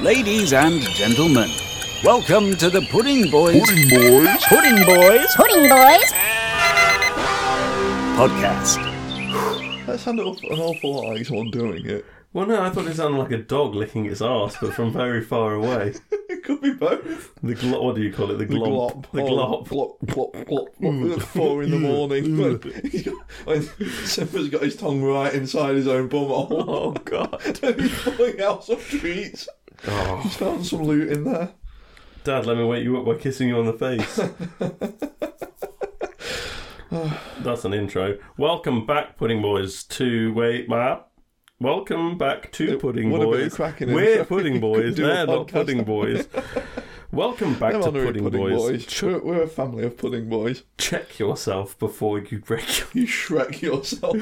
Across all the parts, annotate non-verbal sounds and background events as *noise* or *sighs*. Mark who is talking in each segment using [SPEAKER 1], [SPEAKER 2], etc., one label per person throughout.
[SPEAKER 1] Ladies and gentlemen, welcome to the Pudding Boys.
[SPEAKER 2] Pudding boys.
[SPEAKER 1] Pudding Boys
[SPEAKER 3] Pudding boys.
[SPEAKER 1] podcast.
[SPEAKER 2] That sounded an awful lot like someone doing it. *laughs*
[SPEAKER 4] Well, Oh, no, I thought it sounded like a dog licking its arse, but from very far away.
[SPEAKER 2] It could be both.
[SPEAKER 4] The glo- what do you call it? The
[SPEAKER 2] The
[SPEAKER 4] glomp.
[SPEAKER 2] glop.
[SPEAKER 4] The
[SPEAKER 2] oh,
[SPEAKER 4] glop.
[SPEAKER 2] Glop, glop, glop, glop. At four
[SPEAKER 4] *laughs*
[SPEAKER 2] in the morning. when Simba's got his tongue right inside his own bum hole.
[SPEAKER 4] *laughs* Oh
[SPEAKER 2] *laughs*
[SPEAKER 4] God, Oh.
[SPEAKER 2] He's pulling out some treats. He's found some loot in there.
[SPEAKER 4] Dad, let me wake you up by kissing you on the
[SPEAKER 2] *laughs*
[SPEAKER 4] face. That's an intro. Welcome back, Pudding Boys. To wait, ma. Welcome back to
[SPEAKER 2] It
[SPEAKER 4] Pudding
[SPEAKER 2] would have been a
[SPEAKER 4] Boys.
[SPEAKER 2] cracking
[SPEAKER 4] We're
[SPEAKER 2] intro. *laughs*
[SPEAKER 4] Pudding
[SPEAKER 2] Could
[SPEAKER 4] Boys.
[SPEAKER 2] do a
[SPEAKER 4] They're not
[SPEAKER 2] podcast.
[SPEAKER 4] Pudding Boys.
[SPEAKER 2] *laughs*
[SPEAKER 4] Welcome back
[SPEAKER 2] Them
[SPEAKER 4] to
[SPEAKER 2] honorary
[SPEAKER 4] Pudding, Boys.
[SPEAKER 2] We're, we're a family of pudding boys.
[SPEAKER 4] Check yourself before you break your
[SPEAKER 2] You Shrek yourself.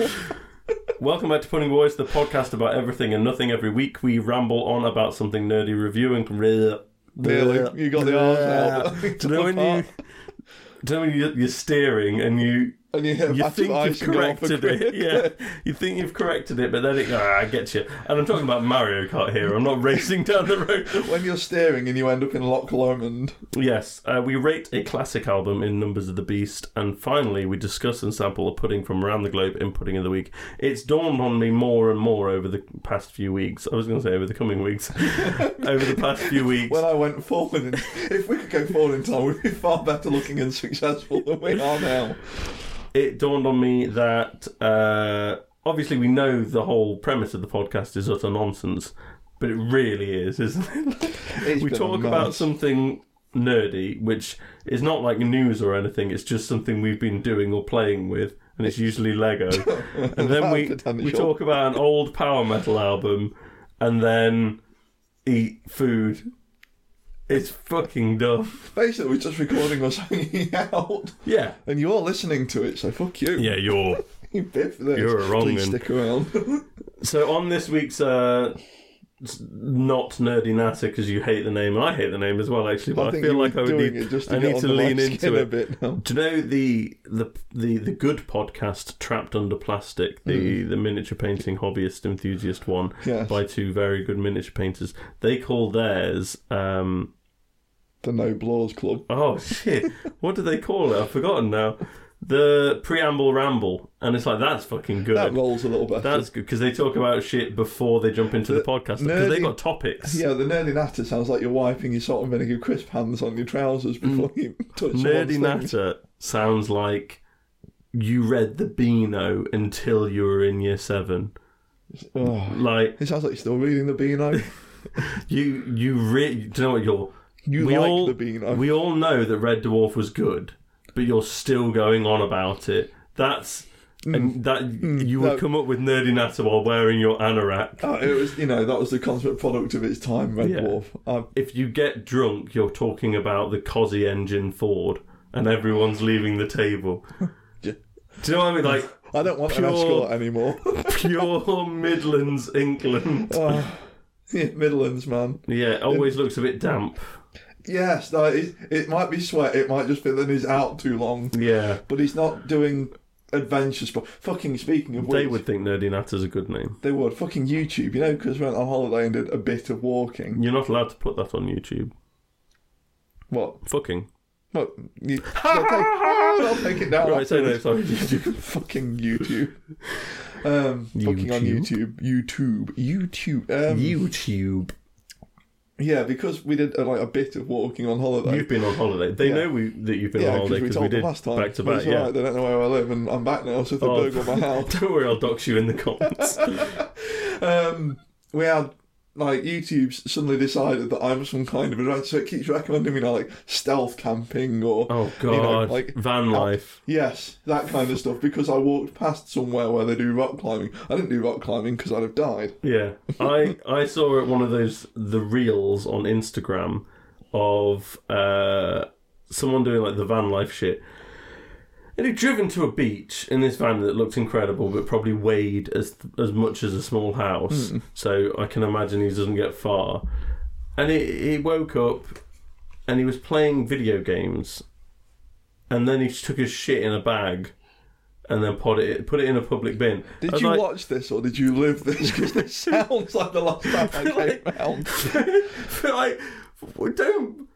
[SPEAKER 4] *laughs* Welcome back to Pudding Boys, the podcast about everything and nothing. Every week we ramble on about something nerdy, reviewing.
[SPEAKER 2] Nearly. You got the arms out.
[SPEAKER 4] *laughs* Do you know when you, do you know when you- you're steering and you
[SPEAKER 2] and you hit a
[SPEAKER 4] you
[SPEAKER 2] batch of
[SPEAKER 4] think
[SPEAKER 2] ice
[SPEAKER 4] you've
[SPEAKER 2] and go off a
[SPEAKER 4] corrected it? Yeah, you think you've corrected it, but then it ah, I get you. And I'm talking about Mario Kart here. I'm not *laughs* racing down the road.
[SPEAKER 2] When you're steering and you end up in Loch Lomond.
[SPEAKER 4] Yes, uh, we rate a classic album in Numbers of the Beast, and finally we discuss and sample a pudding from around the globe in Pudding of the Week. It's dawned on me more and more over the past few weeks. I was going to say over the coming weeks, *laughs* over the past few weeks.
[SPEAKER 2] when I went forward. In, if we could go forward in time, we'd be far better looking and successful than we are now.
[SPEAKER 4] it dawned on me that uh, obviously we know the whole premise of the podcast is utter nonsense, but it really is, isn't it?
[SPEAKER 2] It's
[SPEAKER 4] we
[SPEAKER 2] been a
[SPEAKER 4] talk
[SPEAKER 2] mess.
[SPEAKER 4] about something nerdy, which is not like news or anything. It's just something we've been doing or playing with, and it's
[SPEAKER 2] *laughs*
[SPEAKER 4] usually Lego. and then we we
[SPEAKER 2] Potential.
[SPEAKER 4] talk about an old power metal album, and then eat food. It's fucking dumb.
[SPEAKER 2] Basically, we're just recording us hanging out,
[SPEAKER 4] Yeah.
[SPEAKER 2] and you're listening to it. So fuck you.
[SPEAKER 4] Yeah, you're.
[SPEAKER 2] You biff this.
[SPEAKER 4] You're a wrong
[SPEAKER 2] Please
[SPEAKER 4] un.
[SPEAKER 2] stick around.
[SPEAKER 4] So on this week's uh, s- not nerdy NASA because you hate the name and I hate the name as well actually, but *laughs* I,
[SPEAKER 2] think
[SPEAKER 4] feel
[SPEAKER 2] you
[SPEAKER 4] like
[SPEAKER 2] were
[SPEAKER 4] I would
[SPEAKER 2] doing
[SPEAKER 4] need
[SPEAKER 2] it just to
[SPEAKER 4] I
[SPEAKER 2] get
[SPEAKER 4] need
[SPEAKER 2] on
[SPEAKER 4] to
[SPEAKER 2] the live
[SPEAKER 4] lean
[SPEAKER 2] skin
[SPEAKER 4] into
[SPEAKER 2] a
[SPEAKER 4] it.
[SPEAKER 2] bit now.
[SPEAKER 4] Do you know the the the the good podcast trapped under plastic the the miniature painting hobbyist enthusiast one
[SPEAKER 2] Mm. Yes.
[SPEAKER 4] by two very good miniature painters they call theirs um
[SPEAKER 2] The No Blows Club.
[SPEAKER 4] oh shit what do they call it I've forgotten now the preamble ramble and it's like that's fucking good
[SPEAKER 2] That rolls a little better.
[SPEAKER 4] that's good because they talk about shit before they jump into the, podcast because
[SPEAKER 2] nerdy-
[SPEAKER 4] they've got topics.
[SPEAKER 2] yeah, the nerdy natter sounds like you're wiping your salt and vinegar crisp hands on your trousers before you *laughs* touch
[SPEAKER 4] Mm.
[SPEAKER 2] someone's
[SPEAKER 4] Nerdy
[SPEAKER 2] thing.
[SPEAKER 4] natter sounds like you read the Beano until you were in year seven.
[SPEAKER 2] Oh,
[SPEAKER 4] Like
[SPEAKER 2] it sounds like you're still reading the Beano.
[SPEAKER 4] you, you really do you know what you're.
[SPEAKER 2] You like the Beano.
[SPEAKER 4] We all know that Red Dwarf was good, but you're still going on about it. That's
[SPEAKER 2] Mm.
[SPEAKER 4] and that you would
[SPEAKER 2] no.
[SPEAKER 4] come up with Nerdy Natter while wearing your anorak.
[SPEAKER 2] Oh, it was, you know, that was the consummate product of its time, Red
[SPEAKER 4] Yeah.
[SPEAKER 2] Dwarf. I,
[SPEAKER 4] if you get drunk, you're talking about the Cosy engine Ford, and everyone's leaving the table.
[SPEAKER 2] *laughs* Yeah.
[SPEAKER 4] Do you know what I
[SPEAKER 2] *laughs*
[SPEAKER 4] mean? Like
[SPEAKER 2] I don't want
[SPEAKER 4] Pure-
[SPEAKER 2] an escort anymore. *laughs*
[SPEAKER 4] pure Midlands England.
[SPEAKER 2] Ah. Yeah, Midlands, man.
[SPEAKER 4] Yeah, always looks a bit damp.
[SPEAKER 2] Yes, no, it, it might be sweat. It might just be that he's out too long.
[SPEAKER 4] Yeah,
[SPEAKER 2] But he's not doing adventure sport. Fucking speaking of which,
[SPEAKER 4] they would think Nerdy Natter's a good name.
[SPEAKER 2] They would. Fucking YouTube, you know, because we went on holiday and did a bit of walking.
[SPEAKER 4] You're not allowed to put that on YouTube.
[SPEAKER 2] What?
[SPEAKER 4] Fucking.
[SPEAKER 2] What?
[SPEAKER 4] *laughs*
[SPEAKER 2] You, they'll, take, they'll take it down.
[SPEAKER 4] Right, so no, sorry, YouTube.
[SPEAKER 2] fucking YouTube. Um, Fucking on YouTube.
[SPEAKER 4] YouTube.
[SPEAKER 2] YouTube. YouTube. Um,
[SPEAKER 4] YouTube.
[SPEAKER 2] Yeah, because we did uh, like a bit of walking on holiday.
[SPEAKER 4] *laughs* You've been on holiday. They know we, that you've been
[SPEAKER 2] Yeah, because
[SPEAKER 4] on holiday
[SPEAKER 2] we
[SPEAKER 4] because
[SPEAKER 2] told
[SPEAKER 4] we,
[SPEAKER 2] them
[SPEAKER 4] did
[SPEAKER 2] last time.
[SPEAKER 4] back to
[SPEAKER 2] But
[SPEAKER 4] back.
[SPEAKER 2] it's
[SPEAKER 4] Yeah.
[SPEAKER 2] alright, they don't know where I live, and I'm back now, so if they
[SPEAKER 4] Oh.
[SPEAKER 2] burgle my house,
[SPEAKER 4] *laughs* Don't worry, I'll dox you in
[SPEAKER 2] *laughs*
[SPEAKER 4] the comments.
[SPEAKER 2] um, we had like YouTube suddenly decided that I'm some kind of adventure, so it keeps recommending me now like stealth camping or
[SPEAKER 4] oh
[SPEAKER 2] you
[SPEAKER 4] God,
[SPEAKER 2] know, like
[SPEAKER 4] van life.
[SPEAKER 2] yes, that kind of stuff. Because I walked past somewhere where they do rock climbing. I didn't do rock climbing because I'd have died.
[SPEAKER 4] Yeah, I I saw one of those the reels on Instagram of uh, someone doing like the van life shit. And he'd driven to a beach in this van that looked incredible, but probably weighed as as much as a small house.
[SPEAKER 2] Hmm.
[SPEAKER 4] So I can imagine he doesn't get far. And he, he woke up, and he was playing video games, and then he took his shit in a bag, and then put it put it in a public bin. I
[SPEAKER 2] Did
[SPEAKER 4] was
[SPEAKER 2] you
[SPEAKER 4] like,
[SPEAKER 2] watch this or did you live this? Because this
[SPEAKER 4] *laughs*
[SPEAKER 2] sounds like the last time I came
[SPEAKER 4] Like-
[SPEAKER 2] round.
[SPEAKER 4] *laughs* but like, w- don't.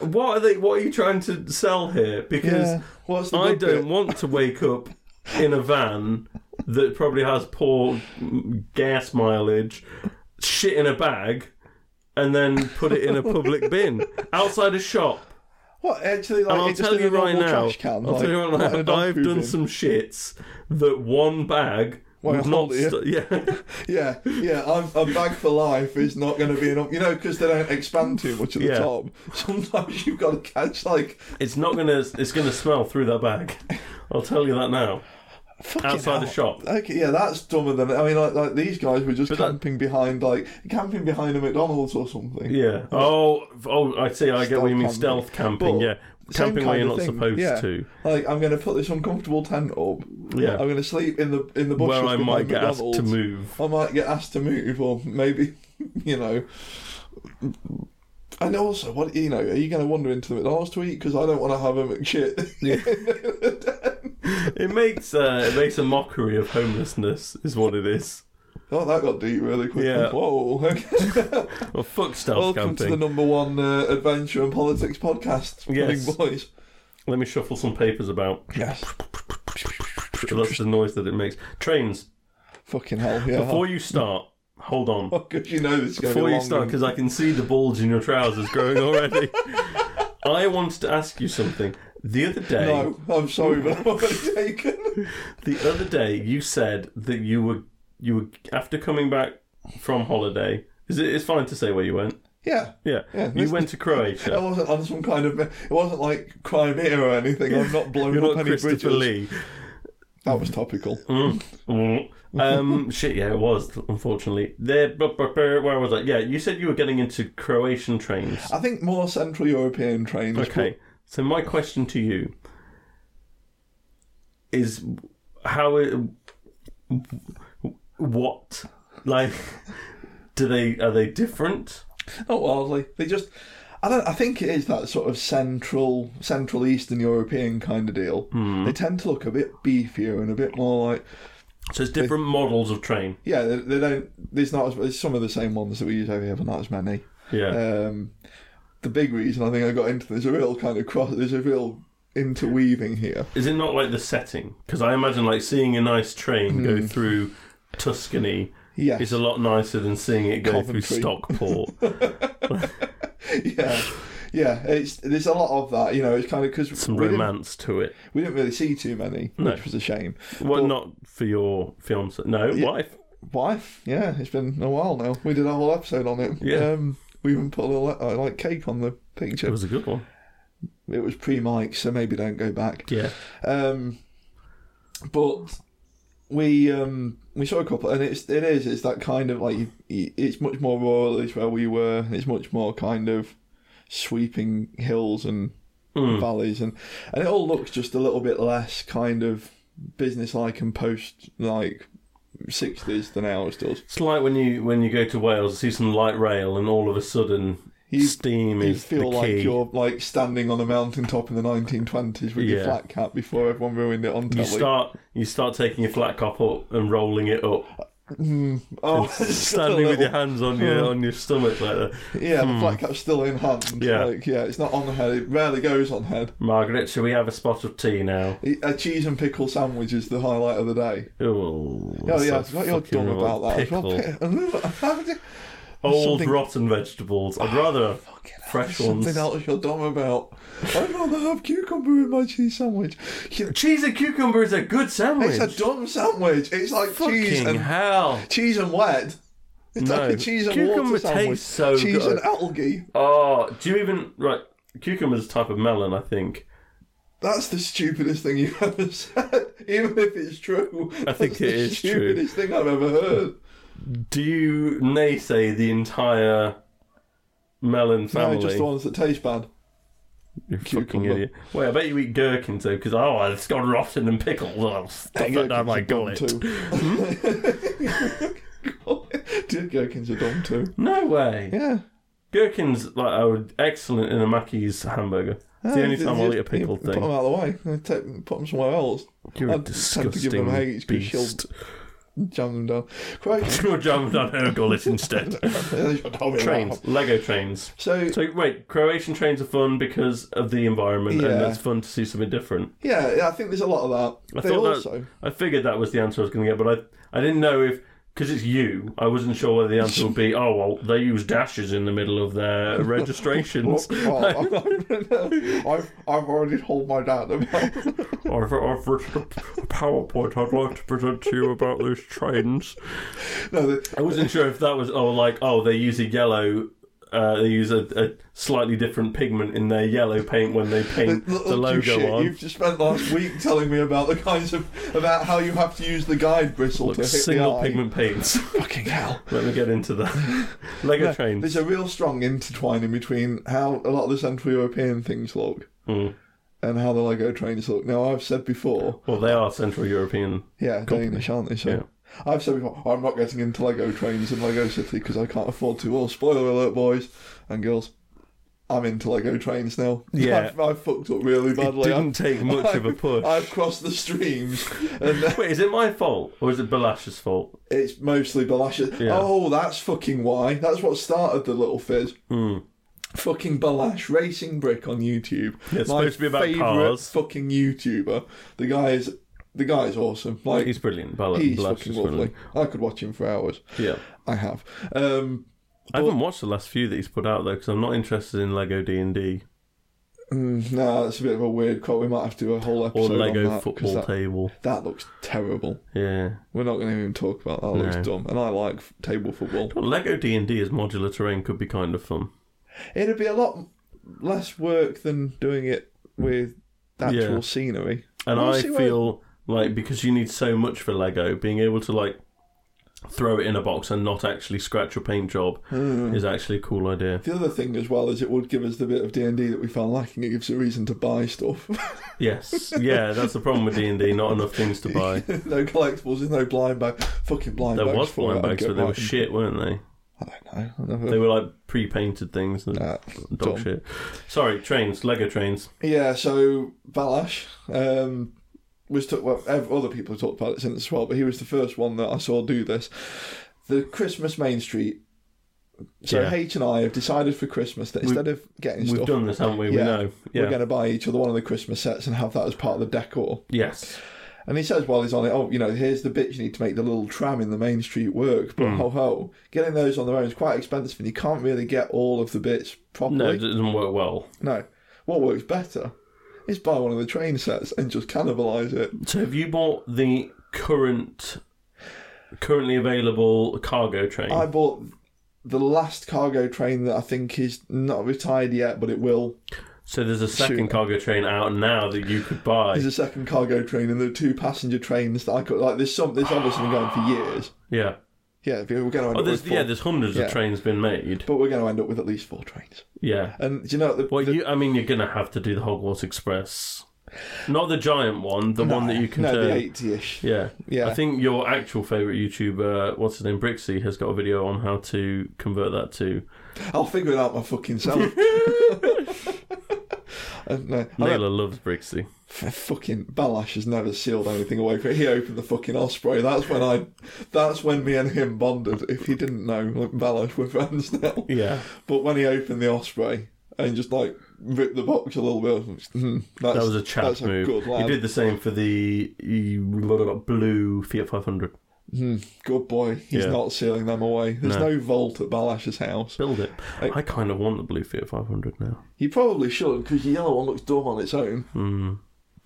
[SPEAKER 4] What are they? What are you trying to sell here? Because
[SPEAKER 2] Yeah. What's the
[SPEAKER 4] I
[SPEAKER 2] good
[SPEAKER 4] don't
[SPEAKER 2] bit?
[SPEAKER 4] want to wake up in a van that probably has poor mm, gas mileage, shit in a bag, and then put it in
[SPEAKER 2] *laughs*
[SPEAKER 4] a public bin outside a shop.
[SPEAKER 2] What actually? Like,
[SPEAKER 4] And I'll
[SPEAKER 2] it's just
[SPEAKER 4] tell
[SPEAKER 2] in
[SPEAKER 4] you
[SPEAKER 2] a
[SPEAKER 4] right
[SPEAKER 2] normal
[SPEAKER 4] now.
[SPEAKER 2] trash can,
[SPEAKER 4] I'll
[SPEAKER 2] like,
[SPEAKER 4] tell you right
[SPEAKER 2] not
[SPEAKER 4] now.
[SPEAKER 2] in a dog
[SPEAKER 4] I've
[SPEAKER 2] poo
[SPEAKER 4] done
[SPEAKER 2] bin.
[SPEAKER 4] some shits that one bag
[SPEAKER 2] Wait,
[SPEAKER 4] would
[SPEAKER 2] hold
[SPEAKER 4] not.
[SPEAKER 2] it,
[SPEAKER 4] St- yeah. *laughs*
[SPEAKER 2] Yeah, yeah. I'm, a bag for life is not going to be enough, you know, because they don't expand too much at the
[SPEAKER 4] Yeah.
[SPEAKER 2] top. *laughs* Sometimes you've got to catch like
[SPEAKER 4] It's not gonna. It's gonna smell through that bag. I'll tell you that now.
[SPEAKER 2] fucking
[SPEAKER 4] Outside the
[SPEAKER 2] hell.
[SPEAKER 4] shop.
[SPEAKER 2] Okay, yeah, that's dumber than I mean, like, like these guys were just
[SPEAKER 4] But that-
[SPEAKER 2] camping behind like camping behind a McDonald's or something.
[SPEAKER 4] Yeah. Oh. Oh. I see. I get what you mean.
[SPEAKER 2] Stealth
[SPEAKER 4] Stealth camping.
[SPEAKER 2] But
[SPEAKER 4] yeah.
[SPEAKER 2] Same
[SPEAKER 4] Camping
[SPEAKER 2] kind
[SPEAKER 4] where you're
[SPEAKER 2] of
[SPEAKER 4] not
[SPEAKER 2] thing,
[SPEAKER 4] supposed
[SPEAKER 2] yeah.
[SPEAKER 4] to.
[SPEAKER 2] Like I'm going to put this uncomfortable tent up.
[SPEAKER 4] Yeah.
[SPEAKER 2] I'm going to sleep in the in the bushes
[SPEAKER 4] Where I
[SPEAKER 2] behind
[SPEAKER 4] might get asked
[SPEAKER 2] McDonald's.
[SPEAKER 4] to move.
[SPEAKER 2] I might get asked to move, or maybe, *laughs* you know. And also, what you know, are you going to wander into the McDonald's to eat? Because I don't want to have a McShit.
[SPEAKER 4] It makes. Uh, it makes a mockery of homelessness. Is what it is.
[SPEAKER 2] *laughs* oh, that got deep really quick.
[SPEAKER 4] Yeah.
[SPEAKER 2] Whoa. Okay.
[SPEAKER 4] Well, fuck
[SPEAKER 2] *laughs*
[SPEAKER 4] stealth
[SPEAKER 2] Welcome to the
[SPEAKER 4] camping.
[SPEAKER 2] number one uh, adventure and politics podcast,
[SPEAKER 4] Yes.
[SPEAKER 2] big boys.
[SPEAKER 4] Let me shuffle some papers about.
[SPEAKER 2] Yes.
[SPEAKER 4] That's the noise that it makes. Trains.
[SPEAKER 2] Fucking hell, yeah.
[SPEAKER 4] Before you start, hold on.
[SPEAKER 2] *laughs* Because you know this is going to be
[SPEAKER 4] Before
[SPEAKER 2] a
[SPEAKER 4] you
[SPEAKER 2] long
[SPEAKER 4] start,
[SPEAKER 2] one.
[SPEAKER 4] because I can see the bulge in your trousers
[SPEAKER 2] *laughs*
[SPEAKER 4] growing already. I wanted to ask you something. The other day,
[SPEAKER 2] No, I'm sorry, but *laughs* I'm already taken.
[SPEAKER 4] the other day, you said that you were you were after coming back from holiday. Is it? It's fine to say where you went.
[SPEAKER 2] yeah.
[SPEAKER 4] Yeah,
[SPEAKER 2] Yeah,
[SPEAKER 4] you
[SPEAKER 2] this-
[SPEAKER 4] went
[SPEAKER 2] *laughs*
[SPEAKER 4] to
[SPEAKER 2] I
[SPEAKER 4] Croatia.
[SPEAKER 2] wasn't on some kind of. It wasn't like Crimea or anything. I'm not blown
[SPEAKER 4] *laughs* You're
[SPEAKER 2] up
[SPEAKER 4] not
[SPEAKER 2] any
[SPEAKER 4] Christopher
[SPEAKER 2] bridges.
[SPEAKER 4] Lee.
[SPEAKER 2] That was topical.
[SPEAKER 4] Mm. um, shit, yeah, it was unfortunately. There, bu- bu- bu- where was I? Yeah, you said you were getting into Croatian trains.
[SPEAKER 2] I think more Central European trains.
[SPEAKER 4] Okay. So my question to you is how it, what like do they are they different?
[SPEAKER 2] but Not wildly. They just. I don't. I think it is that sort of central, central Eastern European kind of deal.
[SPEAKER 4] Hmm.
[SPEAKER 2] They tend to look a bit beefier and a bit more like.
[SPEAKER 4] So it's different models of train.
[SPEAKER 2] Yeah, they, they don't. There's not. As, there's some of the same ones that we use over here, but not as many.
[SPEAKER 4] Yeah.
[SPEAKER 2] Um, the big reason I think I got into there's a real kind of cross. There's a real interweaving here.
[SPEAKER 4] is it not like the setting? Because I imagine like seeing a nice train
[SPEAKER 2] Hmm.
[SPEAKER 4] go through Tuscany
[SPEAKER 2] Yes. *laughs*
[SPEAKER 4] is a lot nicer than seeing it go
[SPEAKER 2] Coventry.
[SPEAKER 4] through
[SPEAKER 2] *laughs*
[SPEAKER 4] Stockport.
[SPEAKER 2] yeah, yeah. It's there's a lot of that, you know. It's kind of because
[SPEAKER 4] Some
[SPEAKER 2] we didn't,
[SPEAKER 4] romance to it.
[SPEAKER 2] we didn't really see too many,
[SPEAKER 4] No.
[SPEAKER 2] which was a shame.
[SPEAKER 4] Well,
[SPEAKER 2] But-
[SPEAKER 4] not for your fiance. No, wife.
[SPEAKER 2] Wife, yeah, it's been a while now. We did a whole episode on it.
[SPEAKER 4] Yeah.
[SPEAKER 2] um, we even put a little uh, like cake on the picture.
[SPEAKER 4] It was a good one.
[SPEAKER 2] pre Mike, so maybe don't go back.
[SPEAKER 4] Yeah.
[SPEAKER 2] Um, but we um we saw a couple, and it's it is it's that kind of like you, you- it's much more rural is where we were. It's much more kind of sweeping hills and
[SPEAKER 4] Hmm.
[SPEAKER 2] valleys, and and it all looks just a little bit less kind of business like and post like sixties than ours does.
[SPEAKER 4] It's like when you when you go to Wales, see some light rail, and all of a sudden
[SPEAKER 2] You-
[SPEAKER 4] steam
[SPEAKER 2] You
[SPEAKER 4] is the
[SPEAKER 2] feel like
[SPEAKER 4] key.
[SPEAKER 2] you're like standing on a mountaintop in the 1920s with your
[SPEAKER 4] Yeah.
[SPEAKER 2] flat cap before everyone ruined it on
[SPEAKER 4] you
[SPEAKER 2] telly.
[SPEAKER 4] start you start taking your flat cop up and rolling it up,
[SPEAKER 2] *laughs* oh, *laughs*
[SPEAKER 4] standing with
[SPEAKER 2] little-
[SPEAKER 4] your hands
[SPEAKER 2] *laughs*
[SPEAKER 4] on your on your stomach like that.
[SPEAKER 2] Yeah, the flat cap's still in hand.
[SPEAKER 4] Yeah.
[SPEAKER 2] Like, yeah, it's not on the head. It rarely goes on head.
[SPEAKER 4] Margaret, shall we have a spot of tea now?
[SPEAKER 2] A cheese and pickle sandwich is the highlight of the day.
[SPEAKER 4] Oh,
[SPEAKER 2] Oh,
[SPEAKER 4] that's
[SPEAKER 2] yeah,
[SPEAKER 4] a
[SPEAKER 2] I forgot you're
[SPEAKER 4] fucking
[SPEAKER 2] dumb
[SPEAKER 4] real
[SPEAKER 2] about that. as well. *laughs*
[SPEAKER 4] pickle.
[SPEAKER 2] Pick-
[SPEAKER 4] Old
[SPEAKER 2] Something-
[SPEAKER 4] rotten vegetables. I'd rather
[SPEAKER 2] *sighs*
[SPEAKER 4] have fresh ones.
[SPEAKER 2] Something else you're dumb about. I'd rather have cucumber in my cheese sandwich. You-
[SPEAKER 4] Cheese and cucumber is a good sandwich.
[SPEAKER 2] It's a dumb sandwich. It's like cheese
[SPEAKER 4] Fucking
[SPEAKER 2] and
[SPEAKER 4] hell.
[SPEAKER 2] cheese and wet. It's
[SPEAKER 4] No.
[SPEAKER 2] like a cheese and water
[SPEAKER 4] Cucumber
[SPEAKER 2] sandwich.
[SPEAKER 4] tastes so
[SPEAKER 2] cheese
[SPEAKER 4] good.
[SPEAKER 2] and algae.
[SPEAKER 4] Oh, do you even right? Cucumber's a type of melon, I think.
[SPEAKER 2] That's the stupidest thing you've ever said, *laughs* even if it's true.
[SPEAKER 4] I think
[SPEAKER 2] That's
[SPEAKER 4] it
[SPEAKER 2] the
[SPEAKER 4] is true.
[SPEAKER 2] stupidest thing I've ever heard.
[SPEAKER 4] Do you naysay the entire melon family?
[SPEAKER 2] No, just the ones that taste bad.
[SPEAKER 4] you fucking
[SPEAKER 2] cucumber.
[SPEAKER 4] idiot. Wait, I bet you eat gherkins though, because oh, it's got rotten and pickled. *laughs* I'll stuff that down my
[SPEAKER 2] Gherkins
[SPEAKER 4] gullet.
[SPEAKER 2] are dumb *laughs* too. Dear Hmm? gherkins are dumb too.
[SPEAKER 4] No way.
[SPEAKER 2] Yeah.
[SPEAKER 4] Gherkins like are excellent in a Mackey's hamburger.
[SPEAKER 2] It's
[SPEAKER 4] the only time I'll eat a pickled
[SPEAKER 2] Put
[SPEAKER 4] thing.
[SPEAKER 2] them out of the way. You Take, put them somewhere else.
[SPEAKER 4] You're a
[SPEAKER 2] I'd tend to give
[SPEAKER 4] disgusting
[SPEAKER 2] them Hades 'cause she'll-
[SPEAKER 4] beast. *laughs*
[SPEAKER 2] Jam them down. Right.
[SPEAKER 4] You're jammed on
[SPEAKER 2] *laughs*
[SPEAKER 4] Ergolis instead. *laughs* trains, Lego trains.
[SPEAKER 2] So
[SPEAKER 4] So wait, Croatian trains are fun because of the environment,
[SPEAKER 2] Yeah.
[SPEAKER 4] and it's fun to see something different.
[SPEAKER 2] yeah, yeah, I think there's a lot of that.
[SPEAKER 4] I
[SPEAKER 2] they
[SPEAKER 4] thought that-
[SPEAKER 2] also
[SPEAKER 4] I figured that was the answer I was going to get, but I I didn't know if because it's you, I wasn't sure whether the answer would be, *laughs* oh well, they use dashes in the middle
[SPEAKER 2] *laughs*
[SPEAKER 4] of their registrations, *laughs*
[SPEAKER 2] Well, I've, Oh. I've I've already told my dad about
[SPEAKER 4] or if I've written a PowerPoint I'd like to present to you about those trains.
[SPEAKER 2] no, the,
[SPEAKER 4] I wasn't sure if that was oh like oh they use a yellow. Uh, they use a, a slightly different pigment in their yellow paint when they paint
[SPEAKER 2] look,
[SPEAKER 4] the
[SPEAKER 2] look, you
[SPEAKER 4] logo
[SPEAKER 2] shit.
[SPEAKER 4] on.
[SPEAKER 2] You've just spent last week telling me about the kinds of about how you have to use the guide bristle
[SPEAKER 4] Look,
[SPEAKER 2] to hit the
[SPEAKER 4] single
[SPEAKER 2] eye.
[SPEAKER 4] pigment paints. *laughs*
[SPEAKER 2] Fucking hell.
[SPEAKER 4] Let me get
[SPEAKER 2] *laughs*
[SPEAKER 4] into that. Lego
[SPEAKER 2] No,
[SPEAKER 4] trains.
[SPEAKER 2] There's a real strong intertwining between how a lot of the Central European things look
[SPEAKER 4] Mm.
[SPEAKER 2] and how the Lego trains look. Now, I've said before,
[SPEAKER 4] Well, they are Central European.
[SPEAKER 2] yeah, Danish, aren't they? So
[SPEAKER 4] Yeah.
[SPEAKER 2] I've said before, I'm not getting into Lego trains and Lego City because I can't afford to. Well, spoiler alert, boys and girls. I'm into Lego trains now. *laughs*
[SPEAKER 4] Yeah.
[SPEAKER 2] I've, I've fucked up really badly.
[SPEAKER 4] Didn't take much
[SPEAKER 2] *laughs*
[SPEAKER 4] of a push.
[SPEAKER 2] I've, I've crossed the streams, and uh,
[SPEAKER 4] Wait, is it my fault or is it Balash's fault?
[SPEAKER 2] it's mostly Balash's.
[SPEAKER 4] Yeah.
[SPEAKER 2] Oh, that's fucking why. That's what started the little fizz.
[SPEAKER 4] Hmm.
[SPEAKER 2] Fucking Balash Racing Brick on YouTube.
[SPEAKER 4] Yeah, it's
[SPEAKER 2] My
[SPEAKER 4] supposed to be about
[SPEAKER 2] favourite
[SPEAKER 4] cars.
[SPEAKER 2] Fucking YouTuber. The guy is the guy is awesome. Like
[SPEAKER 4] He's brilliant. Bal-
[SPEAKER 2] he's
[SPEAKER 4] Balash
[SPEAKER 2] fucking
[SPEAKER 4] is
[SPEAKER 2] lovely.
[SPEAKER 4] brilliant.
[SPEAKER 2] I could watch him for hours.
[SPEAKER 4] Yeah.
[SPEAKER 2] I have. Um,
[SPEAKER 4] I haven't watched the last few that he's put out though because I'm not interested in Lego D and D
[SPEAKER 2] mm, nah, that's a bit of a weird quote. We might have to do a whole
[SPEAKER 4] or
[SPEAKER 2] episode on
[SPEAKER 4] Lego
[SPEAKER 2] that, 'cause
[SPEAKER 4] Football
[SPEAKER 2] that,
[SPEAKER 4] Table.
[SPEAKER 2] that looks terrible.
[SPEAKER 4] Yeah.
[SPEAKER 2] We're not going to even talk about that. That looks
[SPEAKER 4] No.
[SPEAKER 2] dumb. And I like f- table football.
[SPEAKER 4] Well, Lego D and D as modular terrain could be kind of fun.
[SPEAKER 2] It'd be a lot less work than doing it with actual
[SPEAKER 4] Yeah.
[SPEAKER 2] scenery.
[SPEAKER 4] And
[SPEAKER 2] Well,
[SPEAKER 4] I
[SPEAKER 2] see where-
[SPEAKER 4] feel like because you need so much for Lego, being able to like throw it in a box and not actually scratch your paint job
[SPEAKER 2] Hmm.
[SPEAKER 4] is actually a cool idea.
[SPEAKER 2] The other thing as well is it would give us the bit of D and D that we found lacking. It gives a reason to buy stuff. *laughs*
[SPEAKER 4] Yes, yeah, that's the problem with D and D. Not enough things to
[SPEAKER 2] *laughs*
[SPEAKER 4] buy.
[SPEAKER 2] no collectibles, there's no blind bag. Fucking blind
[SPEAKER 4] There
[SPEAKER 2] bags.
[SPEAKER 4] was
[SPEAKER 2] for it,
[SPEAKER 4] blind
[SPEAKER 2] I'd
[SPEAKER 4] bags,
[SPEAKER 2] get
[SPEAKER 4] but they
[SPEAKER 2] right
[SPEAKER 4] were
[SPEAKER 2] in-
[SPEAKER 4] shit, weren't they?
[SPEAKER 2] I don't know. I never.
[SPEAKER 4] They were like pre-painted things. That
[SPEAKER 2] Nah,
[SPEAKER 4] dog
[SPEAKER 2] dumb.
[SPEAKER 4] shit. Sorry, trains, Lego trains.
[SPEAKER 2] Yeah, so Balash um, was took. Well, ev- other people have talked about it since as well, but he was the first one that I saw do this. The Christmas Main Street. So
[SPEAKER 4] Yeah.
[SPEAKER 2] H and I have decided for Christmas that instead of getting
[SPEAKER 4] We've
[SPEAKER 2] stuff,
[SPEAKER 4] done this, haven't
[SPEAKER 2] Yeah.
[SPEAKER 4] we? We know. Yeah.
[SPEAKER 2] we're going to buy each other one of the Christmas sets and have that as part of the decor.
[SPEAKER 4] Yes.
[SPEAKER 2] And he says while he's on it, oh, you know, here's the bits you need to make the little tram in the main street work.
[SPEAKER 4] Hmm.
[SPEAKER 2] But ho ho, getting those on their own is quite expensive, and you can't really get all of the bits properly.
[SPEAKER 4] No, it doesn't work well.
[SPEAKER 2] No. What works better is buy one of the train sets and just cannibalise it.
[SPEAKER 4] So, have you bought the current, currently available cargo train?
[SPEAKER 2] I bought the last cargo train that I think is not retired yet, but it will.
[SPEAKER 4] So there's a second cargo train out now that you could
[SPEAKER 2] There's
[SPEAKER 4] buy.
[SPEAKER 2] a second cargo train and there are two passenger trains that I could like. There's some. There's obviously been going for years.
[SPEAKER 4] Yeah.
[SPEAKER 2] Yeah, we're going to end
[SPEAKER 4] Oh,
[SPEAKER 2] up with
[SPEAKER 4] there's
[SPEAKER 2] four,
[SPEAKER 4] yeah, there's hundreds
[SPEAKER 2] Yeah.
[SPEAKER 4] of trains been made.
[SPEAKER 2] but we're going to end up with at least four trains.
[SPEAKER 4] Yeah.
[SPEAKER 2] And do you know the,
[SPEAKER 4] Well,
[SPEAKER 2] Uh, the-
[SPEAKER 4] you, I mean, you're gonna have to do the Hogwarts Express, not the giant one, the one that you can
[SPEAKER 2] *laughs* no,
[SPEAKER 4] turn.
[SPEAKER 2] the eighty-ish.
[SPEAKER 4] Yeah.
[SPEAKER 2] Yeah.
[SPEAKER 4] I think your actual favourite YouTuber, what's his name, Brixie, has got a video on how to convert that to
[SPEAKER 2] I'll figure it out my fucking
[SPEAKER 4] *laughs*
[SPEAKER 2] self. *laughs* I don't know. I don't-
[SPEAKER 4] Layla loves Brixie.
[SPEAKER 2] F- fucking Balash has never sealed anything away for it. He opened the fucking Osprey. That's when I, that's when me and him bonded. If you didn't know, like Balash, we're friends now.
[SPEAKER 4] Yeah.
[SPEAKER 2] But when he opened the Osprey and just like ripped the box a little bit, I was like, "Hmm, that's,
[SPEAKER 4] That was a
[SPEAKER 2] that's
[SPEAKER 4] chance move.
[SPEAKER 2] good lad.
[SPEAKER 4] He did the same for the he- blue Fiat 500.
[SPEAKER 2] Good boy. He's
[SPEAKER 4] Yeah.
[SPEAKER 2] not sealing them away. There's no,
[SPEAKER 4] No.
[SPEAKER 2] vault at Balash's house.
[SPEAKER 4] Build it. I kind of want the blue Fiat 500 now.
[SPEAKER 2] You probably should because the yellow one looks dumb on its own.
[SPEAKER 4] Mm.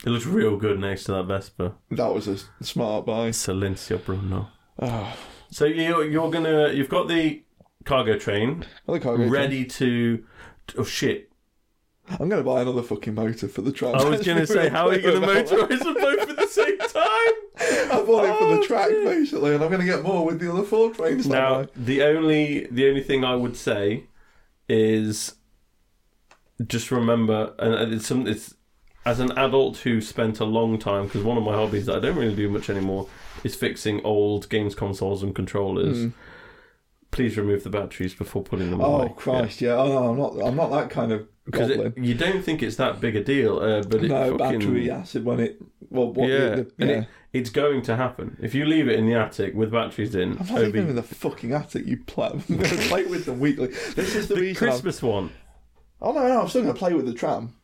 [SPEAKER 4] It looks real good next to that Vespa.
[SPEAKER 2] That was a s- smart buy.
[SPEAKER 4] Silencio Bruno.
[SPEAKER 2] Ah,
[SPEAKER 4] So you're, you're gonna you've got the cargo train
[SPEAKER 2] another cargo train.
[SPEAKER 4] ready to. Oh shit!
[SPEAKER 2] I'm going to buy another fucking motor for the tram.
[SPEAKER 4] I
[SPEAKER 2] *laughs*
[SPEAKER 4] was gonna say how are you gonna motorise them both at the same
[SPEAKER 2] *laughs*
[SPEAKER 4] time?
[SPEAKER 2] I bought it for
[SPEAKER 4] Oh,
[SPEAKER 2] the track
[SPEAKER 4] shit.
[SPEAKER 2] basically, and I'm going to get more with the other four trains.
[SPEAKER 4] Now
[SPEAKER 2] Now,
[SPEAKER 4] the only the only thing I would say is just remember and it's some it's as an adult who spent a long time because one of my hobbies that I don't really do much anymore is fixing old games consoles and controllers. please remove the batteries before putting them
[SPEAKER 2] Hmm. Oh
[SPEAKER 4] away.
[SPEAKER 2] Christ, yeah. Oh no, I'm not. I'm not that kind of
[SPEAKER 4] Because
[SPEAKER 2] goblin.
[SPEAKER 4] you don't think it's that big a deal, uh, but it
[SPEAKER 2] no
[SPEAKER 4] fucking,
[SPEAKER 2] battery acid when it. Well, what,
[SPEAKER 4] yeah,
[SPEAKER 2] the- the-
[SPEAKER 4] and
[SPEAKER 2] yeah.
[SPEAKER 4] it, it's going to happen if you leave it in the attic with batteries in.
[SPEAKER 2] I'm not
[SPEAKER 4] it'll
[SPEAKER 2] even
[SPEAKER 4] be-
[SPEAKER 2] in the fucking attic, you pleb. I'm going to play *laughs* with them weekly. This is the,
[SPEAKER 4] the
[SPEAKER 2] reason. I'm-
[SPEAKER 4] Christmas one.
[SPEAKER 2] Oh no, no, I'm still going to play with the tram.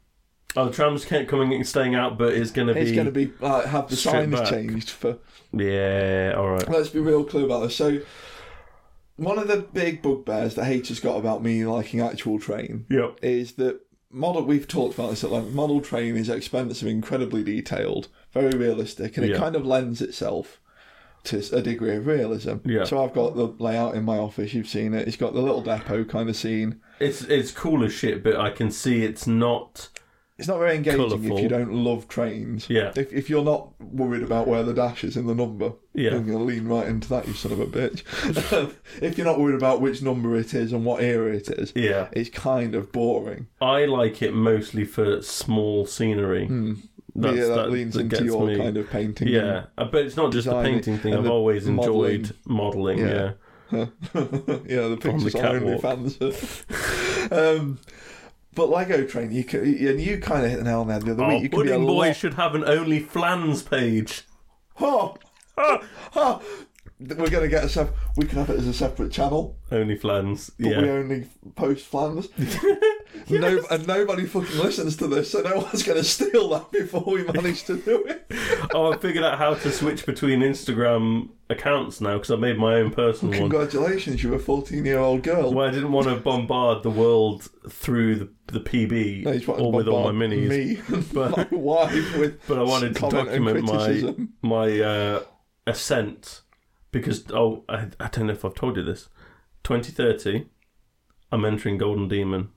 [SPEAKER 4] Oh, the tram's kept coming and staying out, but it's going to be.
[SPEAKER 2] It's going to be like have the
[SPEAKER 4] Strip
[SPEAKER 2] signs
[SPEAKER 4] back.
[SPEAKER 2] changed for.
[SPEAKER 4] Yeah, all right.
[SPEAKER 2] Let's be real clear about this. So, one of the big bugbears that haters got about me liking actual train
[SPEAKER 4] Yep.
[SPEAKER 2] is that model. We've talked about this at length. Model train is expensive, incredibly detailed, very realistic, and
[SPEAKER 4] Yeah.
[SPEAKER 2] it kind of lends itself to a degree of realism.
[SPEAKER 4] Yeah.
[SPEAKER 2] So I've got the layout in my office. You've seen it. It's got the little depot kind of scene.
[SPEAKER 4] It's it's cool as shit, but I can see it's not.
[SPEAKER 2] It's not very engaging
[SPEAKER 4] Colourful.
[SPEAKER 2] if you don't love trains.
[SPEAKER 4] Yeah.
[SPEAKER 2] If, if you're not worried about where the dash is in the number,
[SPEAKER 4] Yeah.
[SPEAKER 2] I'm going to lean right into that, you son of a bitch. *laughs* if you're not worried about which number it is and what era it is,
[SPEAKER 4] Yeah,
[SPEAKER 2] it's kind of boring.
[SPEAKER 4] I like it mostly for small scenery. That's,
[SPEAKER 2] Hmm. yeah, that, leans
[SPEAKER 4] that
[SPEAKER 2] into
[SPEAKER 4] gets
[SPEAKER 2] your
[SPEAKER 4] me.
[SPEAKER 2] kind of painting.
[SPEAKER 4] Yeah, uh, but it's not just the
[SPEAKER 2] designing
[SPEAKER 4] painting thing.
[SPEAKER 2] and
[SPEAKER 4] I've
[SPEAKER 2] the
[SPEAKER 4] always enjoyed modeling.
[SPEAKER 2] Yeah.
[SPEAKER 4] yeah.
[SPEAKER 2] *laughs* yeah, the pictures on
[SPEAKER 4] catwalk.
[SPEAKER 2] OnlyFans. *laughs* um, but Lego Train, you can, and you kind of hit the nail on the head the other
[SPEAKER 4] Our
[SPEAKER 2] week. You can be a
[SPEAKER 4] Oh, pudding boy
[SPEAKER 2] lot-
[SPEAKER 4] should have an OnlyFlans page.
[SPEAKER 2] Oh, oh, oh. We're going to get a sep- We can have it as a separate channel.
[SPEAKER 4] OnlyFlans.
[SPEAKER 2] but we
[SPEAKER 4] Yeah.
[SPEAKER 2] only post
[SPEAKER 4] *laughs*
[SPEAKER 2] Flanders. *laughs* no, and nobody fucking listens to this, so no one's going to steal that *laughs* before we manage to do
[SPEAKER 4] *laughs*
[SPEAKER 2] it.
[SPEAKER 4] oh, I figured out how to switch between Instagram accounts now because I made my
[SPEAKER 2] *laughs*
[SPEAKER 4] own personal one.
[SPEAKER 2] Congratulations, you're a 14 year old girl.
[SPEAKER 4] Well, I didn't want to bombard the world through the, the PB
[SPEAKER 2] No, you just want to
[SPEAKER 4] or with all my
[SPEAKER 2] bombard
[SPEAKER 4] minis.
[SPEAKER 2] Me and
[SPEAKER 4] But-
[SPEAKER 2] *laughs* my wife with *laughs*
[SPEAKER 4] But I wanted to
[SPEAKER 2] comment and
[SPEAKER 4] document my
[SPEAKER 2] criticism.
[SPEAKER 4] my uh, ascent because oh I, I don't know if I've told you this. 2030, I'm entering Golden Demon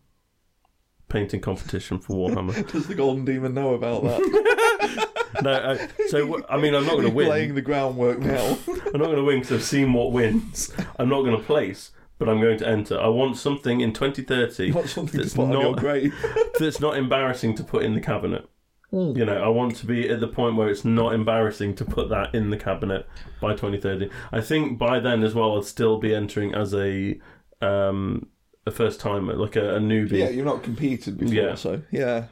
[SPEAKER 4] painting competition
[SPEAKER 2] *laughs*
[SPEAKER 4] for Warhammer.
[SPEAKER 2] Does the Golden Demon know about that?
[SPEAKER 4] no, I, so w- I mean I'm not going to
[SPEAKER 2] We're
[SPEAKER 4] win.
[SPEAKER 2] laying the groundwork
[SPEAKER 4] *laughs*
[SPEAKER 2] now.
[SPEAKER 4] I'm not going to win because I've seen what wins. I'm not going to place, but I'm going to enter. I want something in 2030
[SPEAKER 2] Not something
[SPEAKER 4] That's
[SPEAKER 2] to put on your
[SPEAKER 4] not- *laughs*
[SPEAKER 2] grave.
[SPEAKER 4] that's not embarrassing to put in the cabinet. You know, I want to be at the point where it's not embarrassing to put that in the cabinet by 2030. I think by then as well, I'd still be entering as a um, a first timer, like a, a newbie.
[SPEAKER 2] Yeah, you've not competed before,
[SPEAKER 4] Yeah.
[SPEAKER 2] so yeah.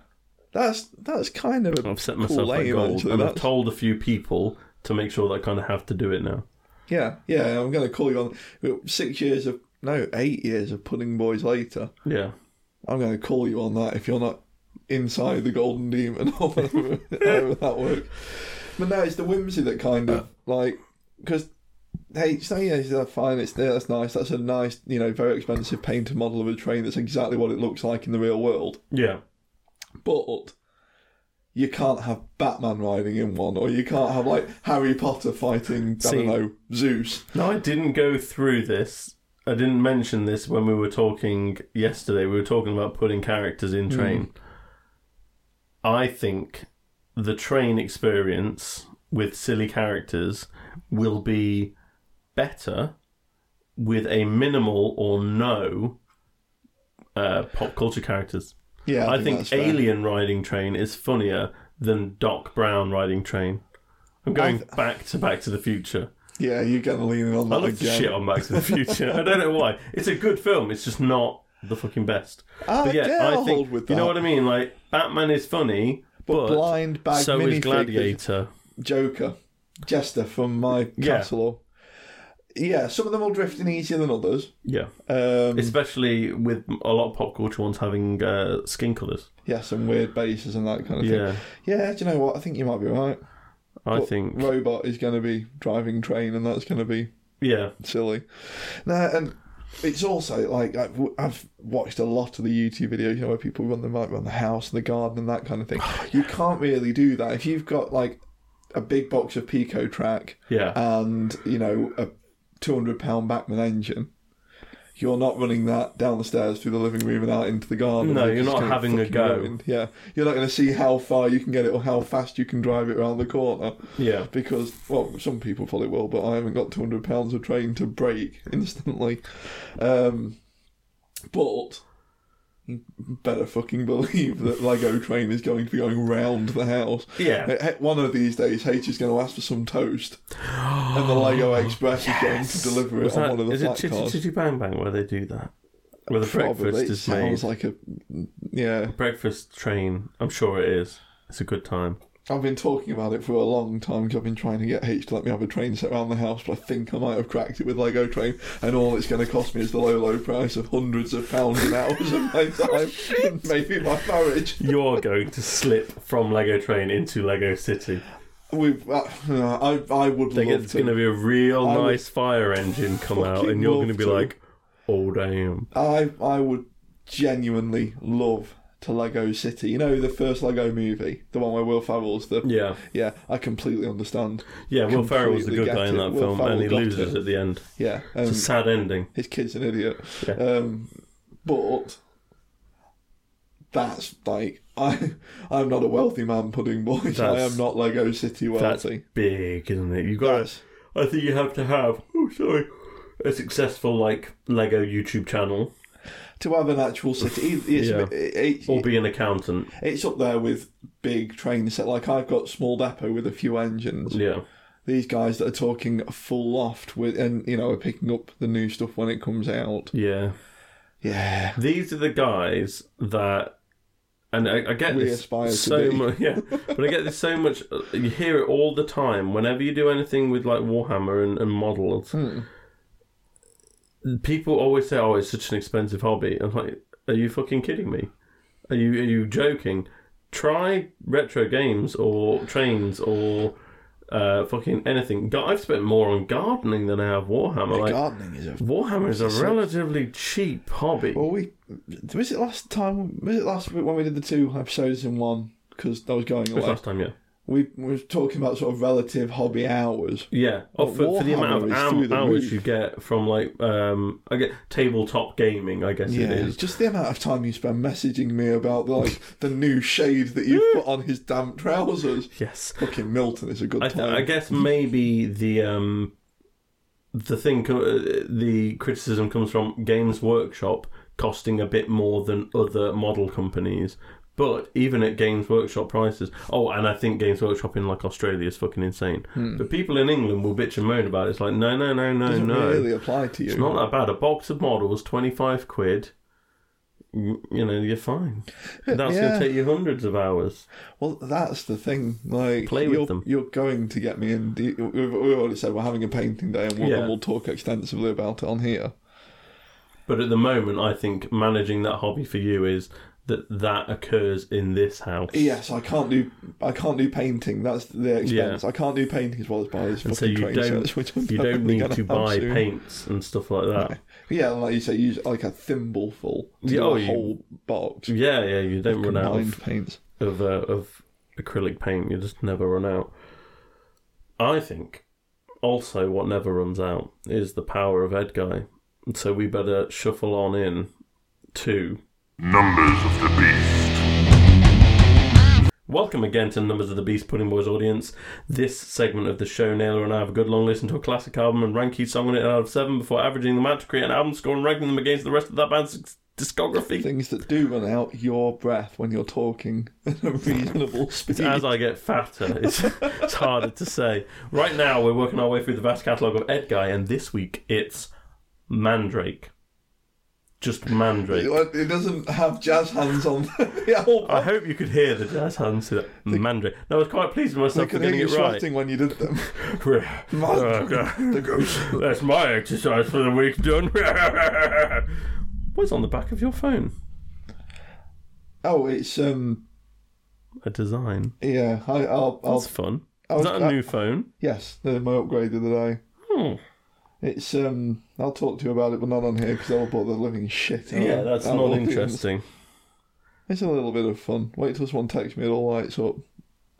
[SPEAKER 2] That's that's kind of a
[SPEAKER 4] I've set
[SPEAKER 2] cool
[SPEAKER 4] myself that
[SPEAKER 2] aim,
[SPEAKER 4] goal,
[SPEAKER 2] actually.
[SPEAKER 4] and I've
[SPEAKER 2] That's-
[SPEAKER 4] told a few people to make sure that I kind of have to do it now.
[SPEAKER 2] Yeah, yeah, I'm going to call you on six years of no, eight years of Pudding Boys later.
[SPEAKER 4] Yeah,
[SPEAKER 2] I'm going to call you on that if you're not inside the Golden Demon *laughs* or whatever, however that works. But no, it's the whimsy that kind of like because hey, so yeah, it's, uh, fine, it's there, that's nice, that's a nice, you know, very expensive painted model of a train that's exactly what it looks like in the real world,
[SPEAKER 4] yeah.
[SPEAKER 2] but. You can't have Batman riding in one, or you can't have like Harry Potter fighting, I
[SPEAKER 4] See-
[SPEAKER 2] don't know, Zeus.
[SPEAKER 4] No, I didn't go through this. I didn't mention this when we were talking yesterday. We were talking about putting characters in train. I think the train experience with silly characters will be better with a minimal or no uh, pop culture characters.
[SPEAKER 2] Yeah,
[SPEAKER 4] I, think,
[SPEAKER 2] that's fair.
[SPEAKER 4] Alien riding train is funnier than Doc Brown riding train. I'm going back to Back to the Future.
[SPEAKER 2] Yeah, you're gonna lean in on
[SPEAKER 4] I
[SPEAKER 2] that
[SPEAKER 4] love to
[SPEAKER 2] again.
[SPEAKER 4] shit on Back to the Future. I don't know why. It's a good film. It's just not the fucking best.
[SPEAKER 2] Ah,
[SPEAKER 4] but yeah,
[SPEAKER 2] yeah,
[SPEAKER 4] I
[SPEAKER 2] I'll
[SPEAKER 4] think
[SPEAKER 2] hold with
[SPEAKER 4] you know
[SPEAKER 2] that.
[SPEAKER 4] what I mean. Like Batman is funny, but,
[SPEAKER 2] But blind bag
[SPEAKER 4] so is
[SPEAKER 2] minifig
[SPEAKER 4] Gladiator.
[SPEAKER 2] Joker, Jester from my
[SPEAKER 4] Yeah.
[SPEAKER 2] castle. Yeah, some of them will drift in easier than others.
[SPEAKER 4] Yeah,
[SPEAKER 2] Um,
[SPEAKER 4] especially with a lot of pop culture ones having uh, skin colours.
[SPEAKER 2] yeah, some weird bases and that kind of
[SPEAKER 4] Yeah,
[SPEAKER 2] thing. Yeah, do you know what? I think you might be right.
[SPEAKER 4] I
[SPEAKER 2] But
[SPEAKER 4] think.
[SPEAKER 2] robot is going to be driving train, and that's going to be
[SPEAKER 4] Yeah,
[SPEAKER 2] silly. No, and it's also like I've, I've watched a lot of the YouTube videos, you know, where people run the like, run the house and the garden and that kind of thing.
[SPEAKER 4] *gasps*
[SPEAKER 2] You can't really do that if you've got like a big box of Pico track
[SPEAKER 4] yeah.
[SPEAKER 2] and you know a two hundred pound Backman engine. You're not running that down the stairs through the living room and out into the garden.
[SPEAKER 4] No, you're
[SPEAKER 2] just
[SPEAKER 4] not
[SPEAKER 2] gonna
[SPEAKER 4] having a
[SPEAKER 2] fucking
[SPEAKER 4] go.
[SPEAKER 2] ruin- Yeah, you're not going to see how far you can get it or how fast you can drive it around the corner
[SPEAKER 4] yeah.
[SPEAKER 2] because well, some people probably will, but I haven't got two hundred pounds of train to break *laughs* instantly. Um, but you better fucking believe that Lego Train is going to be going round the house.
[SPEAKER 4] Yeah.
[SPEAKER 2] Uh, he- One of these days, H is going to ask for some toast. and
[SPEAKER 4] *gasps*
[SPEAKER 2] the Lego Express is going to deliver it
[SPEAKER 4] Was
[SPEAKER 2] on
[SPEAKER 4] that-
[SPEAKER 2] one of the
[SPEAKER 4] is it
[SPEAKER 2] flat
[SPEAKER 4] Chitty
[SPEAKER 2] cars.
[SPEAKER 4] Chitty Bang Bang where they do that? Where the
[SPEAKER 2] Probably
[SPEAKER 4] breakfast
[SPEAKER 2] it
[SPEAKER 4] is made.
[SPEAKER 2] sounds like a yeah.
[SPEAKER 4] breakfast train. I'm sure it is. It's a good time.
[SPEAKER 2] I've been talking about it for a long time 'cause I've been trying to get H to let me have a train set around the house, but I think I might have cracked it with Lego Train, and all it's going to cost me is the low, low price of hundreds of pounds and hours of my time, and *laughs* maybe my marriage.
[SPEAKER 4] You're going to slip from Lego Train into Lego City.
[SPEAKER 2] We've, uh, I, I would
[SPEAKER 4] Like,
[SPEAKER 2] love
[SPEAKER 4] it's
[SPEAKER 2] to.
[SPEAKER 4] going to be a real
[SPEAKER 2] I would
[SPEAKER 4] nice fire engine come out,
[SPEAKER 2] fucking
[SPEAKER 4] and you're going to
[SPEAKER 2] love
[SPEAKER 4] be
[SPEAKER 2] to.
[SPEAKER 4] like, "Oh damn!"
[SPEAKER 2] I I would genuinely love to Lego City. You know the first Lego movie, the one where Will Ferrell's the
[SPEAKER 4] Yeah,
[SPEAKER 2] yeah. I completely understand.
[SPEAKER 4] yeah. Will Ferrell was the
[SPEAKER 2] Completely
[SPEAKER 4] good guy
[SPEAKER 2] get
[SPEAKER 4] in
[SPEAKER 2] it.
[SPEAKER 4] that
[SPEAKER 2] Will
[SPEAKER 4] film,
[SPEAKER 2] Ferrell
[SPEAKER 4] and he
[SPEAKER 2] got
[SPEAKER 4] loses
[SPEAKER 2] it.
[SPEAKER 4] at the end.
[SPEAKER 2] Yeah,
[SPEAKER 4] It's
[SPEAKER 2] um,
[SPEAKER 4] a sad ending.
[SPEAKER 2] his kid's an idiot.
[SPEAKER 4] Yeah.
[SPEAKER 2] Um, but that's like *laughs* I I'm not a wealthy man, pudding boys. I
[SPEAKER 4] That's-
[SPEAKER 2] am not Lego City
[SPEAKER 4] That's
[SPEAKER 2] wealthy.
[SPEAKER 4] big, isn't it? You got.
[SPEAKER 2] That's-
[SPEAKER 4] I think you have to have. Oh, sorry. A successful like Lego YouTube channel
[SPEAKER 2] to have an actual city. It's,
[SPEAKER 4] Yeah.
[SPEAKER 2] it's-
[SPEAKER 4] or be an accountant.
[SPEAKER 2] it's up there with big train set. Like I've got small depot with a few engines.
[SPEAKER 4] Yeah,
[SPEAKER 2] these guys that are talking full loft with and you know are picking up the new stuff when it comes out.
[SPEAKER 4] yeah.
[SPEAKER 2] Yeah.
[SPEAKER 4] These are the guys that, and I, I get
[SPEAKER 2] We
[SPEAKER 4] this
[SPEAKER 2] aspire to
[SPEAKER 4] so
[SPEAKER 2] be.
[SPEAKER 4] much. Yeah, but I get this so much. uh, You hear it all the time whenever you do anything with like Warhammer and, and models.
[SPEAKER 2] Hmm.
[SPEAKER 4] People always say, "Oh, it's such an expensive hobby." I'm like, "Are you fucking kidding me? Are you are you joking?" Try retro games or trains or uh, fucking anything. Gar- I've spent more on gardening than I have Warhammer. Like,
[SPEAKER 2] Gardening is a
[SPEAKER 4] Warhammer is a relatively cheap hobby.
[SPEAKER 2] well. We was it last time? Was it last week when we did the two episodes in one? Because that was going
[SPEAKER 4] It was
[SPEAKER 2] away.
[SPEAKER 4] last time, yeah.
[SPEAKER 2] We, we were talking about sort of relative hobby hours.
[SPEAKER 4] Yeah, oh,
[SPEAKER 2] Well,
[SPEAKER 4] for, for the amount of
[SPEAKER 2] Warhammer is through
[SPEAKER 4] hours
[SPEAKER 2] the roof.
[SPEAKER 4] you get from like, um, I get tabletop gaming. I guess it
[SPEAKER 2] Yeah,
[SPEAKER 4] is.
[SPEAKER 2] just the amount of time you spend messaging me about
[SPEAKER 4] *laughs*
[SPEAKER 2] like the new shade that you put on his damp trousers.
[SPEAKER 4] Yes,
[SPEAKER 2] Fucking Milton is a good
[SPEAKER 4] I, th-
[SPEAKER 2] time.
[SPEAKER 4] I guess maybe the um, the thing, co- uh, the criticism comes from Games Workshop costing a bit more than other model companies. But even at Games Workshop prices, oh, and I think Games Workshop in like Australia is fucking insane. But people in England will bitch and moan about it. It's like, no, no, no, no,
[SPEAKER 2] Hmm. doesn't
[SPEAKER 4] no.
[SPEAKER 2] really apply to you.
[SPEAKER 4] It's not that bad. A box of models, 25 quid. You you know,
[SPEAKER 2] *laughs*
[SPEAKER 4] you're fine. That's going to
[SPEAKER 2] Yeah.
[SPEAKER 4] take you hundreds of hours.
[SPEAKER 2] Well, that's the thing. Like,
[SPEAKER 4] Play with
[SPEAKER 2] you're,
[SPEAKER 4] them.
[SPEAKER 2] You're going to get me in. We've, we've already said we're having a painting day, and we'll,
[SPEAKER 4] Yeah.
[SPEAKER 2] and we'll talk extensively about it on here.
[SPEAKER 4] But at the moment, I think managing that hobby for you is that that occurs in this house.
[SPEAKER 2] Yes, I can't do. I can't do painting. That's the expense. I can't do painting as well as buy this
[SPEAKER 4] And
[SPEAKER 2] fucking
[SPEAKER 4] so you
[SPEAKER 2] train
[SPEAKER 4] don't,
[SPEAKER 2] sets, which I'm
[SPEAKER 4] you don't
[SPEAKER 2] definitely
[SPEAKER 4] need
[SPEAKER 2] gonna
[SPEAKER 4] to
[SPEAKER 2] have
[SPEAKER 4] buy
[SPEAKER 2] soon.
[SPEAKER 4] paints and stuff
[SPEAKER 2] *laughs*
[SPEAKER 4] like that.
[SPEAKER 2] Yeah, and like you say, use like a thimbleful to
[SPEAKER 4] Yeah,
[SPEAKER 2] do
[SPEAKER 4] oh,
[SPEAKER 2] a
[SPEAKER 4] you-
[SPEAKER 2] whole box.
[SPEAKER 4] Yeah, yeah, you don't run out
[SPEAKER 2] combined
[SPEAKER 4] of,
[SPEAKER 2] paints.
[SPEAKER 4] of, uh, of acrylic paint. You just never run out. I think also what never runs out is the power of Edguy. So we better shuffle on in to
[SPEAKER 3] Numbers of the Beast.
[SPEAKER 4] Welcome again to Numbers of the Beast Pudding Boys audience. This segment of the show, Naylor and I have a good long listen to a classic album and rank each song on it out of seven before averaging them out to create an album score and ranking them against the rest of that band's discography.
[SPEAKER 2] Things that do run out your breath when you're talking *laughs* at a reasonable speed.
[SPEAKER 4] As I get fatter, it's, it's harder to say. Right now, we're working our way through the vast catalogue of Ed Guy, and this week it's Mandrake. Just Mandrake.
[SPEAKER 2] It doesn't have jazz hands on *laughs* the album.
[SPEAKER 4] I hope you could hear the jazz hands to that. Mandrake. And I was quite pleased with
[SPEAKER 2] I
[SPEAKER 4] myself for
[SPEAKER 2] could hear
[SPEAKER 4] getting
[SPEAKER 2] you
[SPEAKER 4] it right.
[SPEAKER 2] shouting when you did them. *laughs*
[SPEAKER 4] Uh,
[SPEAKER 2] the ghost.
[SPEAKER 4] That's my exercise for the week done. *laughs* What's on the back of your phone?
[SPEAKER 2] Oh, it's um,
[SPEAKER 4] A design.
[SPEAKER 2] yeah. I, I'll, I'll,
[SPEAKER 4] That's fun.
[SPEAKER 2] I
[SPEAKER 4] Is
[SPEAKER 2] was-
[SPEAKER 4] that a
[SPEAKER 2] I-
[SPEAKER 4] new phone?
[SPEAKER 2] yes, the, my upgrade of the day.
[SPEAKER 4] Hmm.
[SPEAKER 2] It's um, I'll talk to you about it, but not on here because I'll bore the living shit. out
[SPEAKER 4] Yeah,
[SPEAKER 2] of
[SPEAKER 4] that's
[SPEAKER 2] our
[SPEAKER 4] not
[SPEAKER 2] audience.
[SPEAKER 4] interesting.
[SPEAKER 2] It's a little bit of fun. Wait till someone texts me, it all lights up.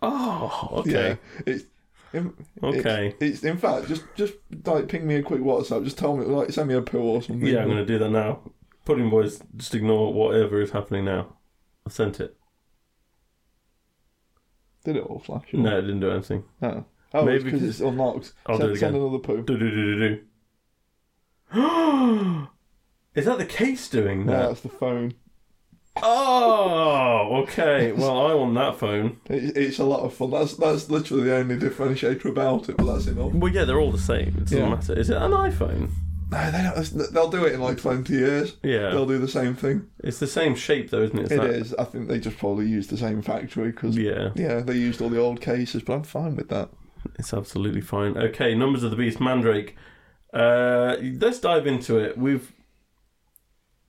[SPEAKER 4] Oh,
[SPEAKER 2] Yeah,
[SPEAKER 4] okay.
[SPEAKER 2] it's. in-
[SPEAKER 4] Okay.
[SPEAKER 2] It's, it's in fact just just like ping me a quick WhatsApp. Just tell me like send me a pill or something.
[SPEAKER 4] Yeah, I'm going to do that now. Pudding boys, just ignore whatever is happening now. I sent it.
[SPEAKER 2] Did it all flash?
[SPEAKER 4] No, it didn't do anything.
[SPEAKER 2] Oh, oh
[SPEAKER 4] Maybe
[SPEAKER 2] because it's unlocked.
[SPEAKER 4] I'll
[SPEAKER 2] send,
[SPEAKER 4] do it
[SPEAKER 2] send
[SPEAKER 4] again.
[SPEAKER 2] another poo.
[SPEAKER 4] Do do do do do. *gasps* Is that the case doing
[SPEAKER 2] Yeah,
[SPEAKER 4] that?
[SPEAKER 2] that's the phone.
[SPEAKER 4] Oh,
[SPEAKER 2] *laughs*
[SPEAKER 4] okay. Well, I want that phone.
[SPEAKER 2] It, it's a lot of fun. That's that's literally the only differentiator about it, but that's enough.
[SPEAKER 4] Well, yeah, they're all the same. It doesn't
[SPEAKER 2] Yeah.
[SPEAKER 4] matter. Is it an iPhone?
[SPEAKER 2] No, they don't, they'll do it in like 20 years.
[SPEAKER 4] Yeah.
[SPEAKER 2] They'll do the same thing.
[SPEAKER 4] It's the same shape, though, isn't it? It's
[SPEAKER 2] It
[SPEAKER 4] that-
[SPEAKER 2] is. I think they just probably used the same factory because
[SPEAKER 4] Yeah.
[SPEAKER 2] they used all the old cases. But I'm fine with that.
[SPEAKER 4] It's absolutely fine. Okay, Numbers of the Beast, Mandrake. Uh, let's dive into it. We've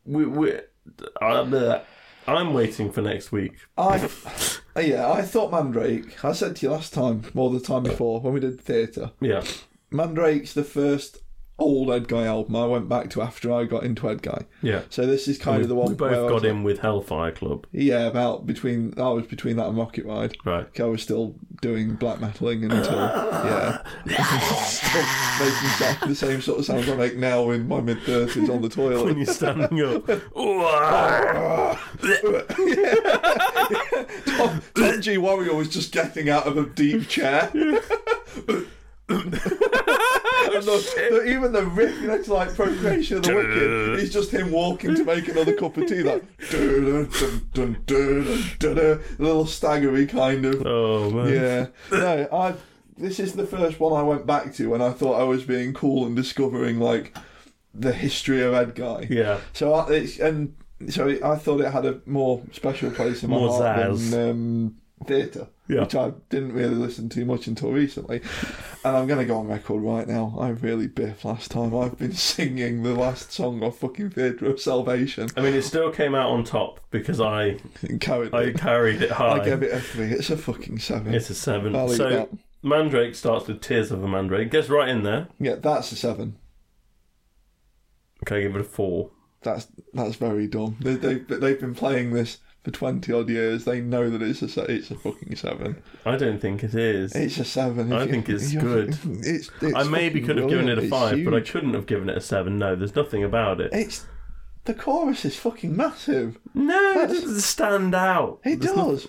[SPEAKER 4] we we. Uh, bleh. I'm waiting for next week.
[SPEAKER 2] I uh, yeah, I thought Mandrake. I said to you last time, more the time before when we did theatre.
[SPEAKER 4] Yeah,
[SPEAKER 2] Mandrake's the first old Ed Guy album I went back to after I got into Ed Guy.
[SPEAKER 4] yeah.
[SPEAKER 2] So this is kind
[SPEAKER 4] We,
[SPEAKER 2] of the one
[SPEAKER 4] we
[SPEAKER 2] where I
[SPEAKER 4] both
[SPEAKER 2] was
[SPEAKER 4] got
[SPEAKER 2] like-
[SPEAKER 4] in with Hellfire Club,
[SPEAKER 2] Yeah, about between I was between that and Rocket Ride. *laughs*
[SPEAKER 4] right?
[SPEAKER 2] I was still doing black metaling until yeah, Still making exactly the same sort of sounds I make now in my mid thirties on the toilet.
[SPEAKER 4] *laughs* When you're
[SPEAKER 2] *laughs*
[SPEAKER 4] standing up, *laughs* Ooh,
[SPEAKER 2] Tom, Tom G. Warrior was just getting out of a deep chair.
[SPEAKER 4] *laughs*
[SPEAKER 2] and the, the, even the riff next to like Procreation of the
[SPEAKER 4] *laughs*
[SPEAKER 2] Wicked is just him walking to make another cup of tea, like *laughs* dun, dun, dun, dun, dun, dun, dun, a little staggery kind of.
[SPEAKER 4] oh man,
[SPEAKER 2] Yeah. No, I. This is the first one I went back to when I thought I was being cool and discovering like the history of Ed Guy.
[SPEAKER 4] yeah.
[SPEAKER 2] So I, it's and so it, I thought it had a more special place in my
[SPEAKER 4] More
[SPEAKER 2] heart
[SPEAKER 4] zazz.
[SPEAKER 2] than um, theatre,
[SPEAKER 4] Yeah.
[SPEAKER 2] which I didn't really listen to much until recently. And I'm going to go on record right now. I really biff last time. I've been *laughs* singing the last song of fucking Theatre of Salvation.
[SPEAKER 4] I mean, it still came out on top because I
[SPEAKER 2] Carried
[SPEAKER 4] I
[SPEAKER 2] it.
[SPEAKER 4] carried it
[SPEAKER 2] *laughs*
[SPEAKER 4] high.
[SPEAKER 2] I gave it a three. It's a fucking seven.
[SPEAKER 4] It's a seven.
[SPEAKER 2] I'll eat
[SPEAKER 4] so
[SPEAKER 2] that.
[SPEAKER 4] Mandrake starts with Tears of a Mandrake. Gets right in there.
[SPEAKER 2] yeah, that's a seven.
[SPEAKER 4] Okay, I give it a four.
[SPEAKER 2] That's that's very dumb. They, they they've been playing this for twenty odd years. They know that it's a se- it's a fucking seven.
[SPEAKER 4] I don't think it is.
[SPEAKER 2] It's a seven.
[SPEAKER 4] I think it's
[SPEAKER 2] You're-
[SPEAKER 4] good.
[SPEAKER 2] *laughs* It's, it's
[SPEAKER 4] I maybe
[SPEAKER 2] fucking
[SPEAKER 4] could have given it
[SPEAKER 2] brilliant.
[SPEAKER 4] a
[SPEAKER 2] It's
[SPEAKER 4] five, but I
[SPEAKER 2] huge.
[SPEAKER 4] couldn't have given it a seven. No, there's nothing about it.
[SPEAKER 2] It's the chorus is fucking massive.
[SPEAKER 4] no, it doesn't stand out.
[SPEAKER 2] It
[SPEAKER 4] There's no-
[SPEAKER 2] does.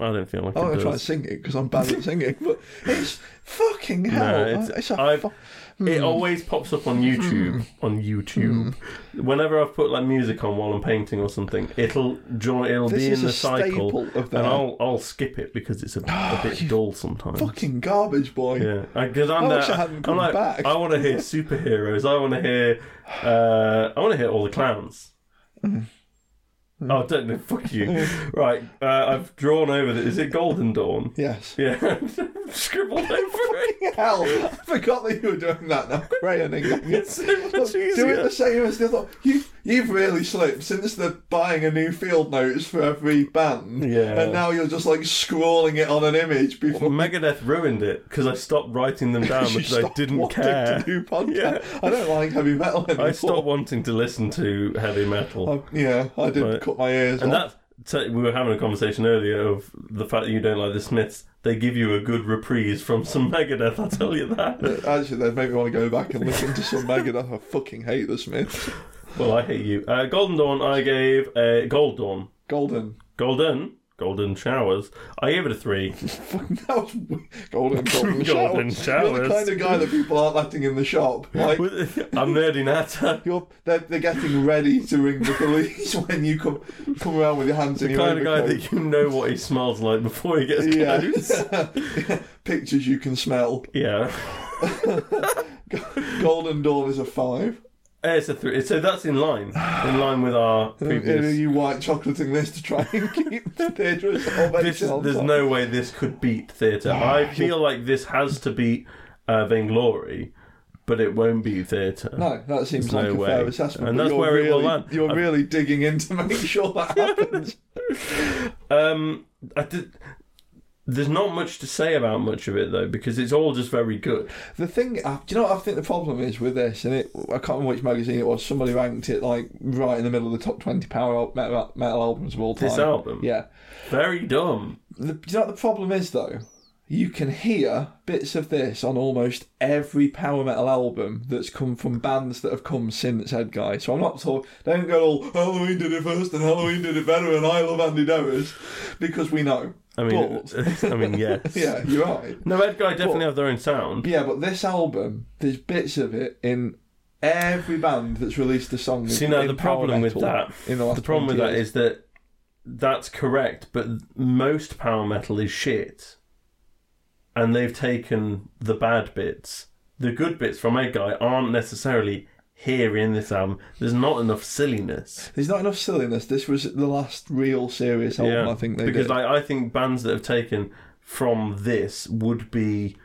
[SPEAKER 2] Oh,
[SPEAKER 4] I don't feel like
[SPEAKER 2] I'm
[SPEAKER 4] it
[SPEAKER 2] gonna
[SPEAKER 4] does.
[SPEAKER 2] try and sing it because I'm bad at singing, but it's fucking hell.
[SPEAKER 4] it's-
[SPEAKER 2] it's, a
[SPEAKER 4] I've-
[SPEAKER 2] fu- Hmm.
[SPEAKER 4] It always pops up on YouTube. on YouTube,
[SPEAKER 2] Hmm.
[SPEAKER 4] whenever I've put like music on while I'm painting or something, it'll join. It'll
[SPEAKER 2] This
[SPEAKER 4] be in
[SPEAKER 2] is
[SPEAKER 4] the
[SPEAKER 2] a
[SPEAKER 4] cycle,
[SPEAKER 2] staple of
[SPEAKER 4] and
[SPEAKER 2] that.
[SPEAKER 4] I'll I'll skip it because it's a,
[SPEAKER 2] *gasps*
[SPEAKER 4] a bit dull sometimes.
[SPEAKER 2] fucking garbage boy.
[SPEAKER 4] Yeah, because I'm
[SPEAKER 2] I
[SPEAKER 4] there.
[SPEAKER 2] wish I hadn't
[SPEAKER 4] am
[SPEAKER 2] come
[SPEAKER 4] like,
[SPEAKER 2] back.
[SPEAKER 4] I want to hear superheroes. I want to hear. Uh, I want to hear all the clowns.
[SPEAKER 2] Mm-hmm.
[SPEAKER 4] Oh, don't know. Fuck you. right, uh, I've drawn over. The, is it Golden Dawn?
[SPEAKER 2] Yes.
[SPEAKER 4] Yeah, *laughs* scribbled over it.
[SPEAKER 2] Hell, I forgot that you were doing that now. Crayoning.
[SPEAKER 4] It's so *laughs* much
[SPEAKER 2] Look, Do it
[SPEAKER 4] easier.
[SPEAKER 2] the same as the other. You, you've really slipped since the buying a new field notes for every band.
[SPEAKER 4] Yeah.
[SPEAKER 2] And now you're just like scrawling it on an image before
[SPEAKER 4] Well, Megadeth ruined it because I stopped writing them down
[SPEAKER 2] *laughs* you
[SPEAKER 4] because I
[SPEAKER 2] stop
[SPEAKER 4] didn't
[SPEAKER 2] wanting
[SPEAKER 4] care.
[SPEAKER 2] to do podcast.
[SPEAKER 4] *laughs* Yeah.
[SPEAKER 2] I don't like heavy metal anymore.
[SPEAKER 4] I stopped wanting to listen to heavy metal.
[SPEAKER 2] I- yeah, I did
[SPEAKER 4] Right.
[SPEAKER 2] cut my ears
[SPEAKER 4] And
[SPEAKER 2] off.
[SPEAKER 4] that's so we were having a conversation earlier of the fact that you don't like the Smiths. They give you a good reprise from some *laughs* Megadeth. I tell you that.
[SPEAKER 2] *laughs* Actually, that made me want to go back and listen to some Megadeth. I fucking hate the Smiths.
[SPEAKER 4] well, I hate you. Uh, Golden Dawn. I gave a Gold Dawn.
[SPEAKER 2] Golden.
[SPEAKER 4] Golden. Golden showers. I gave it a three.
[SPEAKER 2] Fucking *laughs* that was weird.
[SPEAKER 4] *laughs*
[SPEAKER 2] Golden. Golden,
[SPEAKER 4] Golden
[SPEAKER 2] You're
[SPEAKER 4] showers.
[SPEAKER 2] the kind of guy that people aren't letting in the shop. Like,
[SPEAKER 4] I'm nerdy Nata. *laughs*
[SPEAKER 2] You're, they're, they're getting ready to ring the police *laughs* when you come come around with your hands in
[SPEAKER 4] The
[SPEAKER 2] your
[SPEAKER 4] kind of guy
[SPEAKER 2] overcoat.
[SPEAKER 4] that you know what he smells like before he gets close.
[SPEAKER 2] yeah. *laughs* Pictures you can smell.
[SPEAKER 4] *laughs* Yeah.
[SPEAKER 2] Golden Dawn is a five.
[SPEAKER 4] Uh, It's a three. So that's in line, in line with our
[SPEAKER 2] And are
[SPEAKER 4] previous.
[SPEAKER 2] you white chocolating this to try and *laughs* keep
[SPEAKER 4] *laughs*
[SPEAKER 2] the theatre as
[SPEAKER 4] This is, there's no way this could beat theatre. I feel like this has to beat uh, Vainglory, but it won't beat theatre.
[SPEAKER 2] No, that seems
[SPEAKER 4] There's
[SPEAKER 2] like
[SPEAKER 4] no
[SPEAKER 2] a fair
[SPEAKER 4] way.
[SPEAKER 2] assessment.
[SPEAKER 4] And
[SPEAKER 2] but
[SPEAKER 4] that's
[SPEAKER 2] you're
[SPEAKER 4] where it
[SPEAKER 2] really,
[SPEAKER 4] will land.
[SPEAKER 2] You're
[SPEAKER 4] I've-
[SPEAKER 2] really digging in to *laughs* make sure
[SPEAKER 4] *laughs*
[SPEAKER 2] that happens.
[SPEAKER 4] Um, I did, there's not much to say about much of it though, because it's all just very good.
[SPEAKER 2] The thing, uh, do you know what I think the problem is with this? And it, I can't remember which magazine it was. Somebody ranked it like right in the middle of the top twenty power al- metal, metal albums of all time.
[SPEAKER 4] This album,
[SPEAKER 2] Yeah.
[SPEAKER 4] very dumb.
[SPEAKER 2] The, do you know what the problem is though? You can hear bits of this on almost every power metal album that's come from bands that have come since Ed Guy. So I'm not talking. Don't go all Halloween did it first and Halloween did it better and I love Andy Dowers because we know.
[SPEAKER 4] I mean, *laughs* I mean, yes.
[SPEAKER 2] *laughs* Yeah, you're right.
[SPEAKER 4] No, Ed Guy definitely have their own sound.
[SPEAKER 2] Yeah, but this album, there's bits of it in Every band that's released a song.
[SPEAKER 4] See,
[SPEAKER 2] in-
[SPEAKER 4] no,
[SPEAKER 2] in
[SPEAKER 4] the
[SPEAKER 2] power
[SPEAKER 4] problem with
[SPEAKER 2] metal
[SPEAKER 4] that,
[SPEAKER 2] In the, last
[SPEAKER 4] the problem with
[SPEAKER 2] 20
[SPEAKER 4] that
[SPEAKER 2] years.
[SPEAKER 4] is that that's correct, but most power metal is shit, and they've taken the bad bits. The good bits from Egg Guy aren't necessarily here in this album. There's not enough silliness.
[SPEAKER 2] there's not enough silliness. This was the last real serious album I think they
[SPEAKER 4] because
[SPEAKER 2] did.
[SPEAKER 4] like, I think bands that have taken from this would be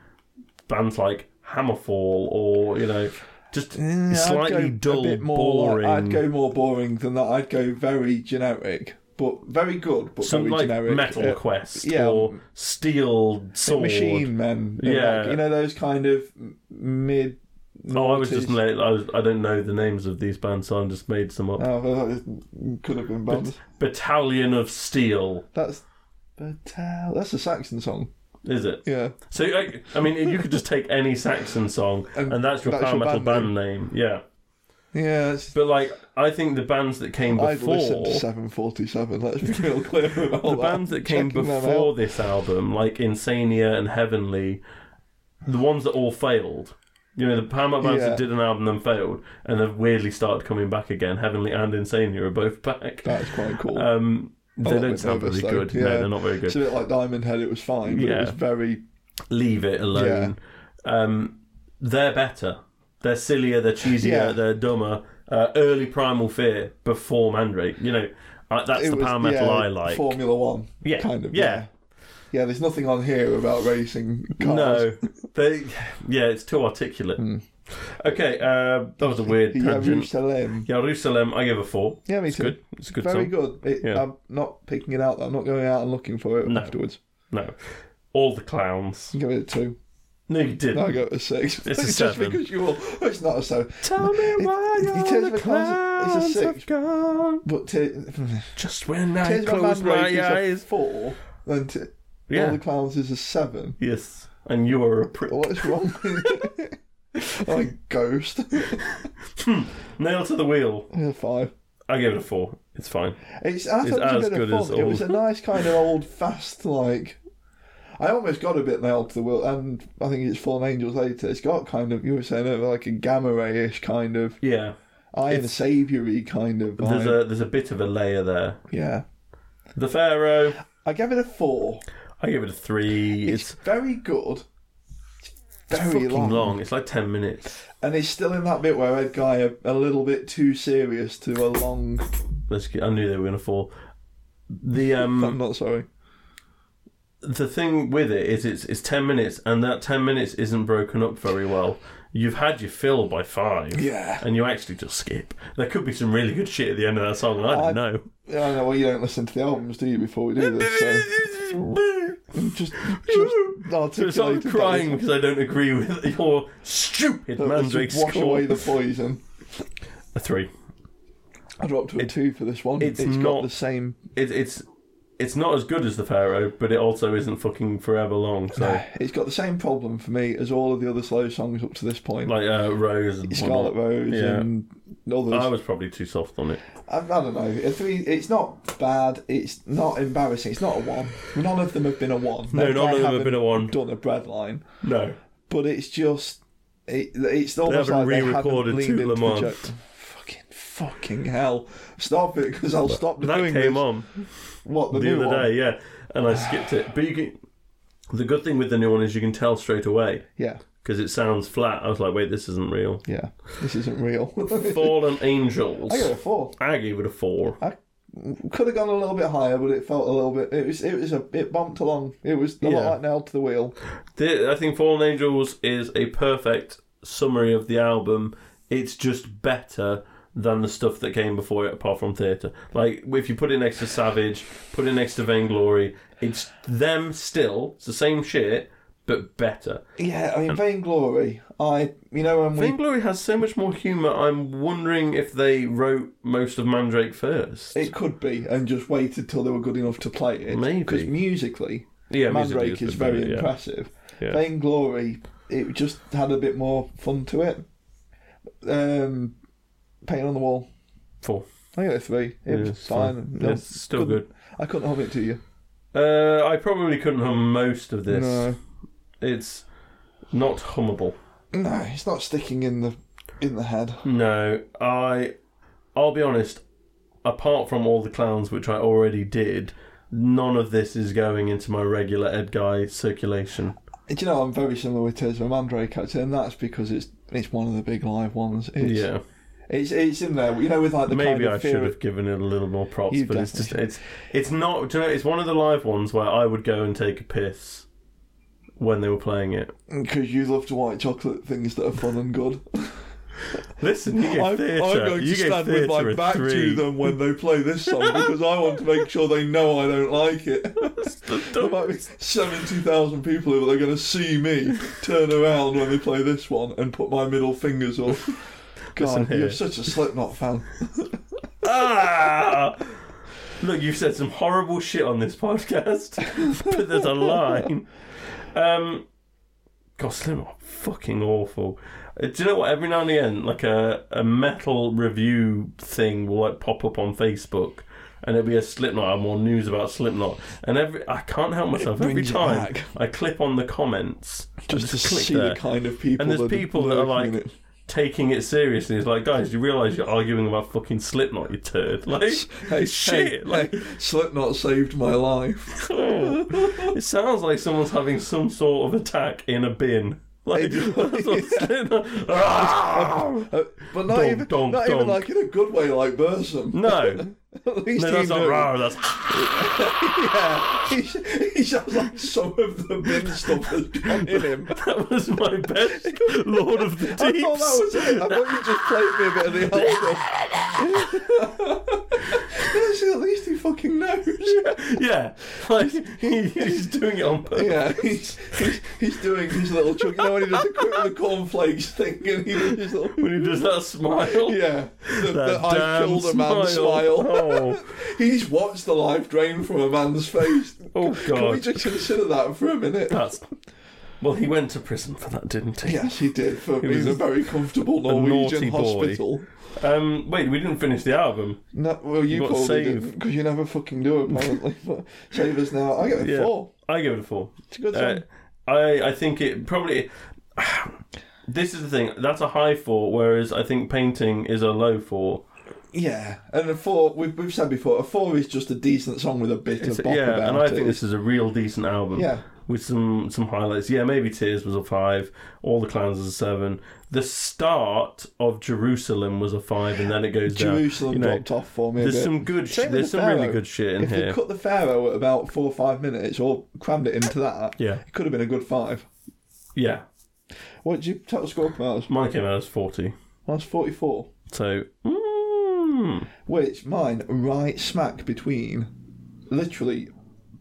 [SPEAKER 4] bands like Hammerfall or you know just
[SPEAKER 2] Yeah, Mm, I'd go
[SPEAKER 4] slightly
[SPEAKER 2] a
[SPEAKER 4] dull,
[SPEAKER 2] bit more,
[SPEAKER 4] boring.
[SPEAKER 2] I'd go more boring than that. I'd go very generic, but very good, but
[SPEAKER 4] some
[SPEAKER 2] very
[SPEAKER 4] like
[SPEAKER 2] generic.
[SPEAKER 4] Metal
[SPEAKER 2] Uh,
[SPEAKER 4] Quest
[SPEAKER 2] yeah,
[SPEAKER 4] or Steel Sword.
[SPEAKER 2] Machine Men. and
[SPEAKER 4] Yeah.
[SPEAKER 2] like, you know those kind of m- mid.
[SPEAKER 4] Oh, I was just
[SPEAKER 2] noughties.
[SPEAKER 4] la- I was I don't know the names of these bands, so I just made some up.
[SPEAKER 2] Oh, well, it could have been bands.
[SPEAKER 4] Battalion of Steel,
[SPEAKER 2] That's but, uh, that's a Saxon song.
[SPEAKER 4] is it?
[SPEAKER 2] Yeah,
[SPEAKER 4] So I, I mean, you could just take any Saxon song, and,
[SPEAKER 2] And
[SPEAKER 4] that's your
[SPEAKER 2] that's
[SPEAKER 4] power
[SPEAKER 2] your
[SPEAKER 4] metal
[SPEAKER 2] band
[SPEAKER 4] band name. Yeah,
[SPEAKER 2] yeah. It's,
[SPEAKER 4] but like I think the bands that came
[SPEAKER 2] I've listened to
[SPEAKER 4] before,
[SPEAKER 2] Seven Forty Seven. Let's be real clear about
[SPEAKER 4] *laughs* the
[SPEAKER 2] that.
[SPEAKER 4] bands that came
[SPEAKER 2] Checking them
[SPEAKER 4] before
[SPEAKER 2] out.
[SPEAKER 4] this album, like Insania and Heavenly, the ones that all failed. You know, the power metal bands
[SPEAKER 2] Yeah.
[SPEAKER 4] that did an album then failed, and they've weirdly started coming back again. Heavenly and Insania are both back.
[SPEAKER 2] That's quite cool.
[SPEAKER 4] Um,
[SPEAKER 2] I'm
[SPEAKER 4] they
[SPEAKER 2] not a
[SPEAKER 4] don't
[SPEAKER 2] bit
[SPEAKER 4] sound
[SPEAKER 2] nervous,
[SPEAKER 4] very
[SPEAKER 2] though.
[SPEAKER 4] good. No,
[SPEAKER 2] Yeah.
[SPEAKER 4] they're not very
[SPEAKER 2] it's
[SPEAKER 4] good.
[SPEAKER 2] a bit like Diamond Head. It was fine, but
[SPEAKER 4] Yeah.
[SPEAKER 2] it was very
[SPEAKER 4] Leave it alone. Um, they're better. They're sillier. They're cheesier.
[SPEAKER 2] Yeah.
[SPEAKER 4] They're dumber. Uh, early Primal Fear before Mandrake. You know, uh, that's
[SPEAKER 2] it
[SPEAKER 4] the
[SPEAKER 2] was,
[SPEAKER 4] power metal
[SPEAKER 2] yeah,
[SPEAKER 4] I like.
[SPEAKER 2] Formula One.
[SPEAKER 4] Yeah,
[SPEAKER 2] Kind of.
[SPEAKER 4] yeah.
[SPEAKER 2] Yeah, there's nothing on here about racing cars.
[SPEAKER 4] No, they. Yeah, it's too articulate.
[SPEAKER 2] Hmm.
[SPEAKER 4] Okay, uh, that was a weird tangent.
[SPEAKER 2] Jerusalem.
[SPEAKER 4] Jerusalem, I give a four.
[SPEAKER 2] Yeah, me
[SPEAKER 4] It's
[SPEAKER 2] too.
[SPEAKER 4] good. It's a good
[SPEAKER 2] Very
[SPEAKER 4] song.
[SPEAKER 2] good. It,
[SPEAKER 4] Yeah.
[SPEAKER 2] I'm not picking it out. I'm not going out and looking for it
[SPEAKER 4] No.
[SPEAKER 2] afterwards.
[SPEAKER 4] No, all the clowns.
[SPEAKER 2] Give it a two.
[SPEAKER 4] No, you didn't.
[SPEAKER 2] No, I go to six.
[SPEAKER 4] It's a
[SPEAKER 2] *laughs* just
[SPEAKER 4] seven.
[SPEAKER 2] because you all. It's not a seven.
[SPEAKER 4] Tell me why
[SPEAKER 2] it- it
[SPEAKER 4] all
[SPEAKER 2] tells
[SPEAKER 4] the
[SPEAKER 2] the clowns-
[SPEAKER 4] clowns
[SPEAKER 2] it's a
[SPEAKER 4] have
[SPEAKER 2] six.
[SPEAKER 4] gone.
[SPEAKER 2] But t- *laughs*
[SPEAKER 4] Just when I
[SPEAKER 2] Tears of a
[SPEAKER 4] close
[SPEAKER 2] Man
[SPEAKER 4] my
[SPEAKER 2] Rake is a
[SPEAKER 4] eyes.
[SPEAKER 2] four, and t-
[SPEAKER 4] Yeah.
[SPEAKER 2] All the Clowns is a seven.
[SPEAKER 4] Yes, and you are a prick.
[SPEAKER 2] What's wrong with *laughs*
[SPEAKER 4] *laughs*
[SPEAKER 2] like Ghost? *laughs*
[SPEAKER 4] Nail to the wheel.
[SPEAKER 2] Yeah, five.
[SPEAKER 4] I give it a four. It's fine.
[SPEAKER 2] It's, I
[SPEAKER 4] It's
[SPEAKER 2] thought it
[SPEAKER 4] as
[SPEAKER 2] was a bit
[SPEAKER 4] good
[SPEAKER 2] of
[SPEAKER 4] as
[SPEAKER 2] fun. It was a nice kind
[SPEAKER 4] *laughs*
[SPEAKER 2] of old fast like. I almost got a bit nailed to the wheel, and I think it's Fallen Angels later. It's got kind of you were saying it like a gamma rayish kind of
[SPEAKER 4] Yeah.
[SPEAKER 2] Iron Saviory kind of
[SPEAKER 4] There's
[SPEAKER 2] vibe.
[SPEAKER 4] a there's a bit of a layer there.
[SPEAKER 2] yeah,
[SPEAKER 4] The Pharaoh.
[SPEAKER 2] I gave it a four.
[SPEAKER 4] I give it a three.
[SPEAKER 2] It's,
[SPEAKER 4] It's,
[SPEAKER 2] very good. It's very
[SPEAKER 4] fucking long. It's like ten minutes.
[SPEAKER 2] and he's still in that bit where Ed Guy are a little bit too serious to a
[SPEAKER 4] *laughs*
[SPEAKER 2] long.
[SPEAKER 4] Let's get, I knew they were gonna fall.
[SPEAKER 2] *laughs*
[SPEAKER 4] The
[SPEAKER 2] I'm
[SPEAKER 4] um
[SPEAKER 2] not sorry.
[SPEAKER 4] the thing with it is it's it's ten minutes and that ten minutes isn't broken up very well. You've had your fill by five.
[SPEAKER 2] Yeah.
[SPEAKER 4] And you actually just skip. There could be some really good shit at the end of that song. and I don't
[SPEAKER 2] I- *laughs*
[SPEAKER 4] know.
[SPEAKER 2] I know. Well, you don't listen to the albums, do you? Before we do this,
[SPEAKER 4] *laughs*
[SPEAKER 2] so just, just
[SPEAKER 4] So
[SPEAKER 2] articulate.
[SPEAKER 4] I'm crying because I don't agree with your stupid Mandrake
[SPEAKER 2] Wash
[SPEAKER 4] score.
[SPEAKER 2] away the poison.
[SPEAKER 4] A three.
[SPEAKER 2] I dropped to a two for this one.
[SPEAKER 4] it's
[SPEAKER 2] it's
[SPEAKER 4] not-
[SPEAKER 2] got the same.
[SPEAKER 4] It, it's it's not as good as the Pharaoh, but it also isn't fucking forever long. So
[SPEAKER 2] It's got the same problem for me as all of the other slow songs up to this point.
[SPEAKER 4] like uh, Rose and
[SPEAKER 2] Scarlet
[SPEAKER 4] whatnot.
[SPEAKER 2] Rose
[SPEAKER 4] Yeah.
[SPEAKER 2] and others.
[SPEAKER 4] I was probably too soft on it.
[SPEAKER 2] I, I don't know. A three. It's not bad. It's not embarrassing. It's not a one. None of them have been a one.
[SPEAKER 4] No,
[SPEAKER 2] They- they
[SPEAKER 4] none of them have
[SPEAKER 2] haven't
[SPEAKER 4] been a one.
[SPEAKER 2] Done a bread line,
[SPEAKER 4] No,
[SPEAKER 2] but it's just. It, it's almost
[SPEAKER 4] haven't
[SPEAKER 2] like they haven't
[SPEAKER 4] re-recorded
[SPEAKER 2] leaned
[SPEAKER 4] Toot
[SPEAKER 2] into
[SPEAKER 4] Le Mans.
[SPEAKER 2] the joke. Fucking, fucking hell! Stop it, because I'll stop
[SPEAKER 4] that
[SPEAKER 2] doing
[SPEAKER 4] came
[SPEAKER 2] this.
[SPEAKER 4] on
[SPEAKER 2] What the,
[SPEAKER 4] the
[SPEAKER 2] new
[SPEAKER 4] other
[SPEAKER 2] one?
[SPEAKER 4] day. Yeah, and I skipped it. But you can. The good thing with the new one is you can tell straight away
[SPEAKER 2] Yeah,
[SPEAKER 4] because it sounds flat. I was like, wait, this isn't real.
[SPEAKER 2] yeah. This isn't real.
[SPEAKER 4] Fallen Angels.
[SPEAKER 2] I got a four.
[SPEAKER 4] *laughs* I gave it a four.
[SPEAKER 2] I could have gone a little bit higher, but it felt a little bit. It was. It was a. It bumped along. It was a
[SPEAKER 4] Yeah.
[SPEAKER 2] lot like nailed to the wheel.
[SPEAKER 4] The, I think Fallen Angels is a perfect summary of the album. It's just better than the stuff that came before it, apart from Theatre. Like, if you put it next to Savage, put it next to Vainglory, it's them still. It's the same shit, but better.
[SPEAKER 2] Yeah, I mean, Vainglory. I. You know when we
[SPEAKER 4] Vainglory has so much more humour, I'm wondering if they wrote most of Mandrake first.
[SPEAKER 2] It could be, and just waited till they were good enough to play it.
[SPEAKER 4] Maybe.
[SPEAKER 2] because musically,
[SPEAKER 4] yeah, musically
[SPEAKER 2] Mandrake
[SPEAKER 4] it's
[SPEAKER 2] is
[SPEAKER 4] been
[SPEAKER 2] very
[SPEAKER 4] better, yeah.
[SPEAKER 2] impressive.
[SPEAKER 4] Yeah.
[SPEAKER 2] Vainglory, it just had a bit more fun to it. Um, paint on the wall.
[SPEAKER 4] Four.
[SPEAKER 2] I got a three. It
[SPEAKER 4] Yeah,
[SPEAKER 2] was
[SPEAKER 4] it's fine.
[SPEAKER 2] fine. No,
[SPEAKER 4] Yeah, it's still
[SPEAKER 2] couldn't- I couldn't hold it to you.
[SPEAKER 4] Uh, I probably couldn't hum most of this.
[SPEAKER 2] No,
[SPEAKER 4] It's not hummable.
[SPEAKER 2] no, it's not sticking in the in the head.
[SPEAKER 4] No, I. I'll be honest. Apart from all the clowns, which I already did, none of this is going into my regular Ed Guy circulation.
[SPEAKER 2] Do you know I'm very similar with Tesla Mandrake actually, and that's because it's it's one of the big live ones. It's,
[SPEAKER 4] Yeah,
[SPEAKER 2] it's it's in there. You know, with like the kind
[SPEAKER 4] maybe
[SPEAKER 2] of
[SPEAKER 4] I
[SPEAKER 2] fear
[SPEAKER 4] should
[SPEAKER 2] of-
[SPEAKER 4] have given it a little more props,
[SPEAKER 2] You
[SPEAKER 4] but it's just
[SPEAKER 2] definitely
[SPEAKER 4] it's it's not. Do you know? It's one of the live ones where I would go and take a piss when they were playing it.
[SPEAKER 2] Because you love to white chocolate things that are fun and good.
[SPEAKER 4] Listen, *laughs*
[SPEAKER 2] *laughs*
[SPEAKER 4] you
[SPEAKER 2] I'm, I'm
[SPEAKER 4] gave theatre.
[SPEAKER 2] going to
[SPEAKER 4] you gave
[SPEAKER 2] stand with
[SPEAKER 4] theatre
[SPEAKER 2] my
[SPEAKER 4] a
[SPEAKER 2] back
[SPEAKER 4] three.
[SPEAKER 2] to them when they play this song because I want to make sure they know I don't like
[SPEAKER 4] *laughs*
[SPEAKER 2] it. *laughs* there might be 70,000 people who are going to see me turn around when they play this one and put my middle fingers up. God,
[SPEAKER 4] here.
[SPEAKER 2] you're such a Slipknot fan.
[SPEAKER 4] Ah! Look, you've said some horrible shit on this podcast, *laughs* but there's a line. Um, God, Slim are fucking awful. Uh, Do you know what? Every now and again, like a, a metal review thing will like pop up on Facebook, and it'll be a Slipknot album or news about Slipknot. And every I can't help myself. Every
[SPEAKER 2] brings it
[SPEAKER 4] time
[SPEAKER 2] back.
[SPEAKER 4] I click on the comments, I
[SPEAKER 2] Just to
[SPEAKER 4] click
[SPEAKER 2] see
[SPEAKER 4] there
[SPEAKER 2] the kind of people
[SPEAKER 4] and there's
[SPEAKER 2] that
[SPEAKER 4] people that are
[SPEAKER 2] lurking
[SPEAKER 4] like
[SPEAKER 2] in it.
[SPEAKER 4] taking it seriously. It's like, guys, you realise you're arguing about fucking Slipknot, you turd. *laughs* Like,
[SPEAKER 2] Hey, hey,
[SPEAKER 4] shit. like,
[SPEAKER 2] hey, Slipknot saved my life.
[SPEAKER 4] it sounds like someone's having some sort of attack in a bin. *laughs* Like,
[SPEAKER 2] Hey,
[SPEAKER 4] that's what
[SPEAKER 2] yeah.
[SPEAKER 4] Slipknot- Ah!
[SPEAKER 2] Uh, but not
[SPEAKER 4] Donk,
[SPEAKER 2] even
[SPEAKER 4] donk,
[SPEAKER 2] not even
[SPEAKER 4] donk.
[SPEAKER 2] like in a good way, like Bursum.
[SPEAKER 4] *laughs* no,
[SPEAKER 2] *laughs* At least
[SPEAKER 4] no,
[SPEAKER 2] he
[SPEAKER 4] that's not
[SPEAKER 2] knew.
[SPEAKER 4] rah, that's *laughs*
[SPEAKER 2] Yeah, *laughs* he, he sounds like some of the bin stuff
[SPEAKER 4] *laughs*
[SPEAKER 2] has gone in *laughs* him.
[SPEAKER 4] that was my best Lord of the Deeps.
[SPEAKER 2] I thought that
[SPEAKER 4] *laughs*
[SPEAKER 2] was it. I thought you just played me a bit of the old stuff. *laughs* Actually, at least he fucking knows.
[SPEAKER 4] yeah,
[SPEAKER 2] *laughs*
[SPEAKER 4] like he- he's doing it on purpose.
[SPEAKER 2] Yeah, he's, he's, he's doing his little chuck. You know when he does the quick the cornflakes thing and he does his little.
[SPEAKER 4] When he does that smile,
[SPEAKER 2] Yeah, the,
[SPEAKER 4] that
[SPEAKER 2] the I
[SPEAKER 4] damn
[SPEAKER 2] killed a man
[SPEAKER 4] smile.
[SPEAKER 2] smile.
[SPEAKER 4] Oh.
[SPEAKER 2] He's watched the life drain from a man's face.
[SPEAKER 4] Oh,
[SPEAKER 2] *laughs* Can we
[SPEAKER 4] *laughs* God.
[SPEAKER 2] just consider that for a minute?
[SPEAKER 4] That's well, he went to prison for that, didn't he?
[SPEAKER 2] Yes, he did for
[SPEAKER 4] was
[SPEAKER 2] being a very comfortable
[SPEAKER 4] naughty
[SPEAKER 2] Norwegian
[SPEAKER 4] boy.
[SPEAKER 2] hospital.
[SPEAKER 4] Um, wait, we didn't finish the album.
[SPEAKER 2] No, well, you,
[SPEAKER 4] You got
[SPEAKER 2] probably
[SPEAKER 4] saved.
[SPEAKER 2] didn't because you never fucking do apparently. *laughs* but save us now. I get a
[SPEAKER 4] Yeah.
[SPEAKER 2] four.
[SPEAKER 4] I give it a four.
[SPEAKER 2] It's a good
[SPEAKER 4] Uh,
[SPEAKER 2] song.
[SPEAKER 4] I I think it probably. *sighs* This is the thing. That's a high four, whereas I think painting is a low four.
[SPEAKER 2] yeah, and a four. We've, we've said before, a four is just a decent song with a bit
[SPEAKER 4] It's-
[SPEAKER 2] of bop about
[SPEAKER 4] yeah, and I
[SPEAKER 2] it.
[SPEAKER 4] think this is a real decent album.
[SPEAKER 2] Yeah.
[SPEAKER 4] with some some highlights. Yeah, maybe Tears was a five. All the Clowns was a seven. The start of Jerusalem was a five, and then it goes down.
[SPEAKER 2] Jerusalem
[SPEAKER 4] You know,
[SPEAKER 2] dropped off for me. A
[SPEAKER 4] There's
[SPEAKER 2] bit.
[SPEAKER 4] some
[SPEAKER 2] Same
[SPEAKER 4] good. Sh-
[SPEAKER 2] with
[SPEAKER 4] there's
[SPEAKER 2] the
[SPEAKER 4] some really
[SPEAKER 2] Pharaoh.
[SPEAKER 4] good shit in
[SPEAKER 2] if
[SPEAKER 4] here.
[SPEAKER 2] they cut the Pharaoh at about four or five minutes or crammed it into that,
[SPEAKER 4] Yeah.
[SPEAKER 2] it could have been a good five.
[SPEAKER 4] Yeah,
[SPEAKER 2] What did you total score come out as?
[SPEAKER 4] mine came out as forty.
[SPEAKER 2] Mine's 44,
[SPEAKER 4] So, mm,
[SPEAKER 2] which mine right smack between, literally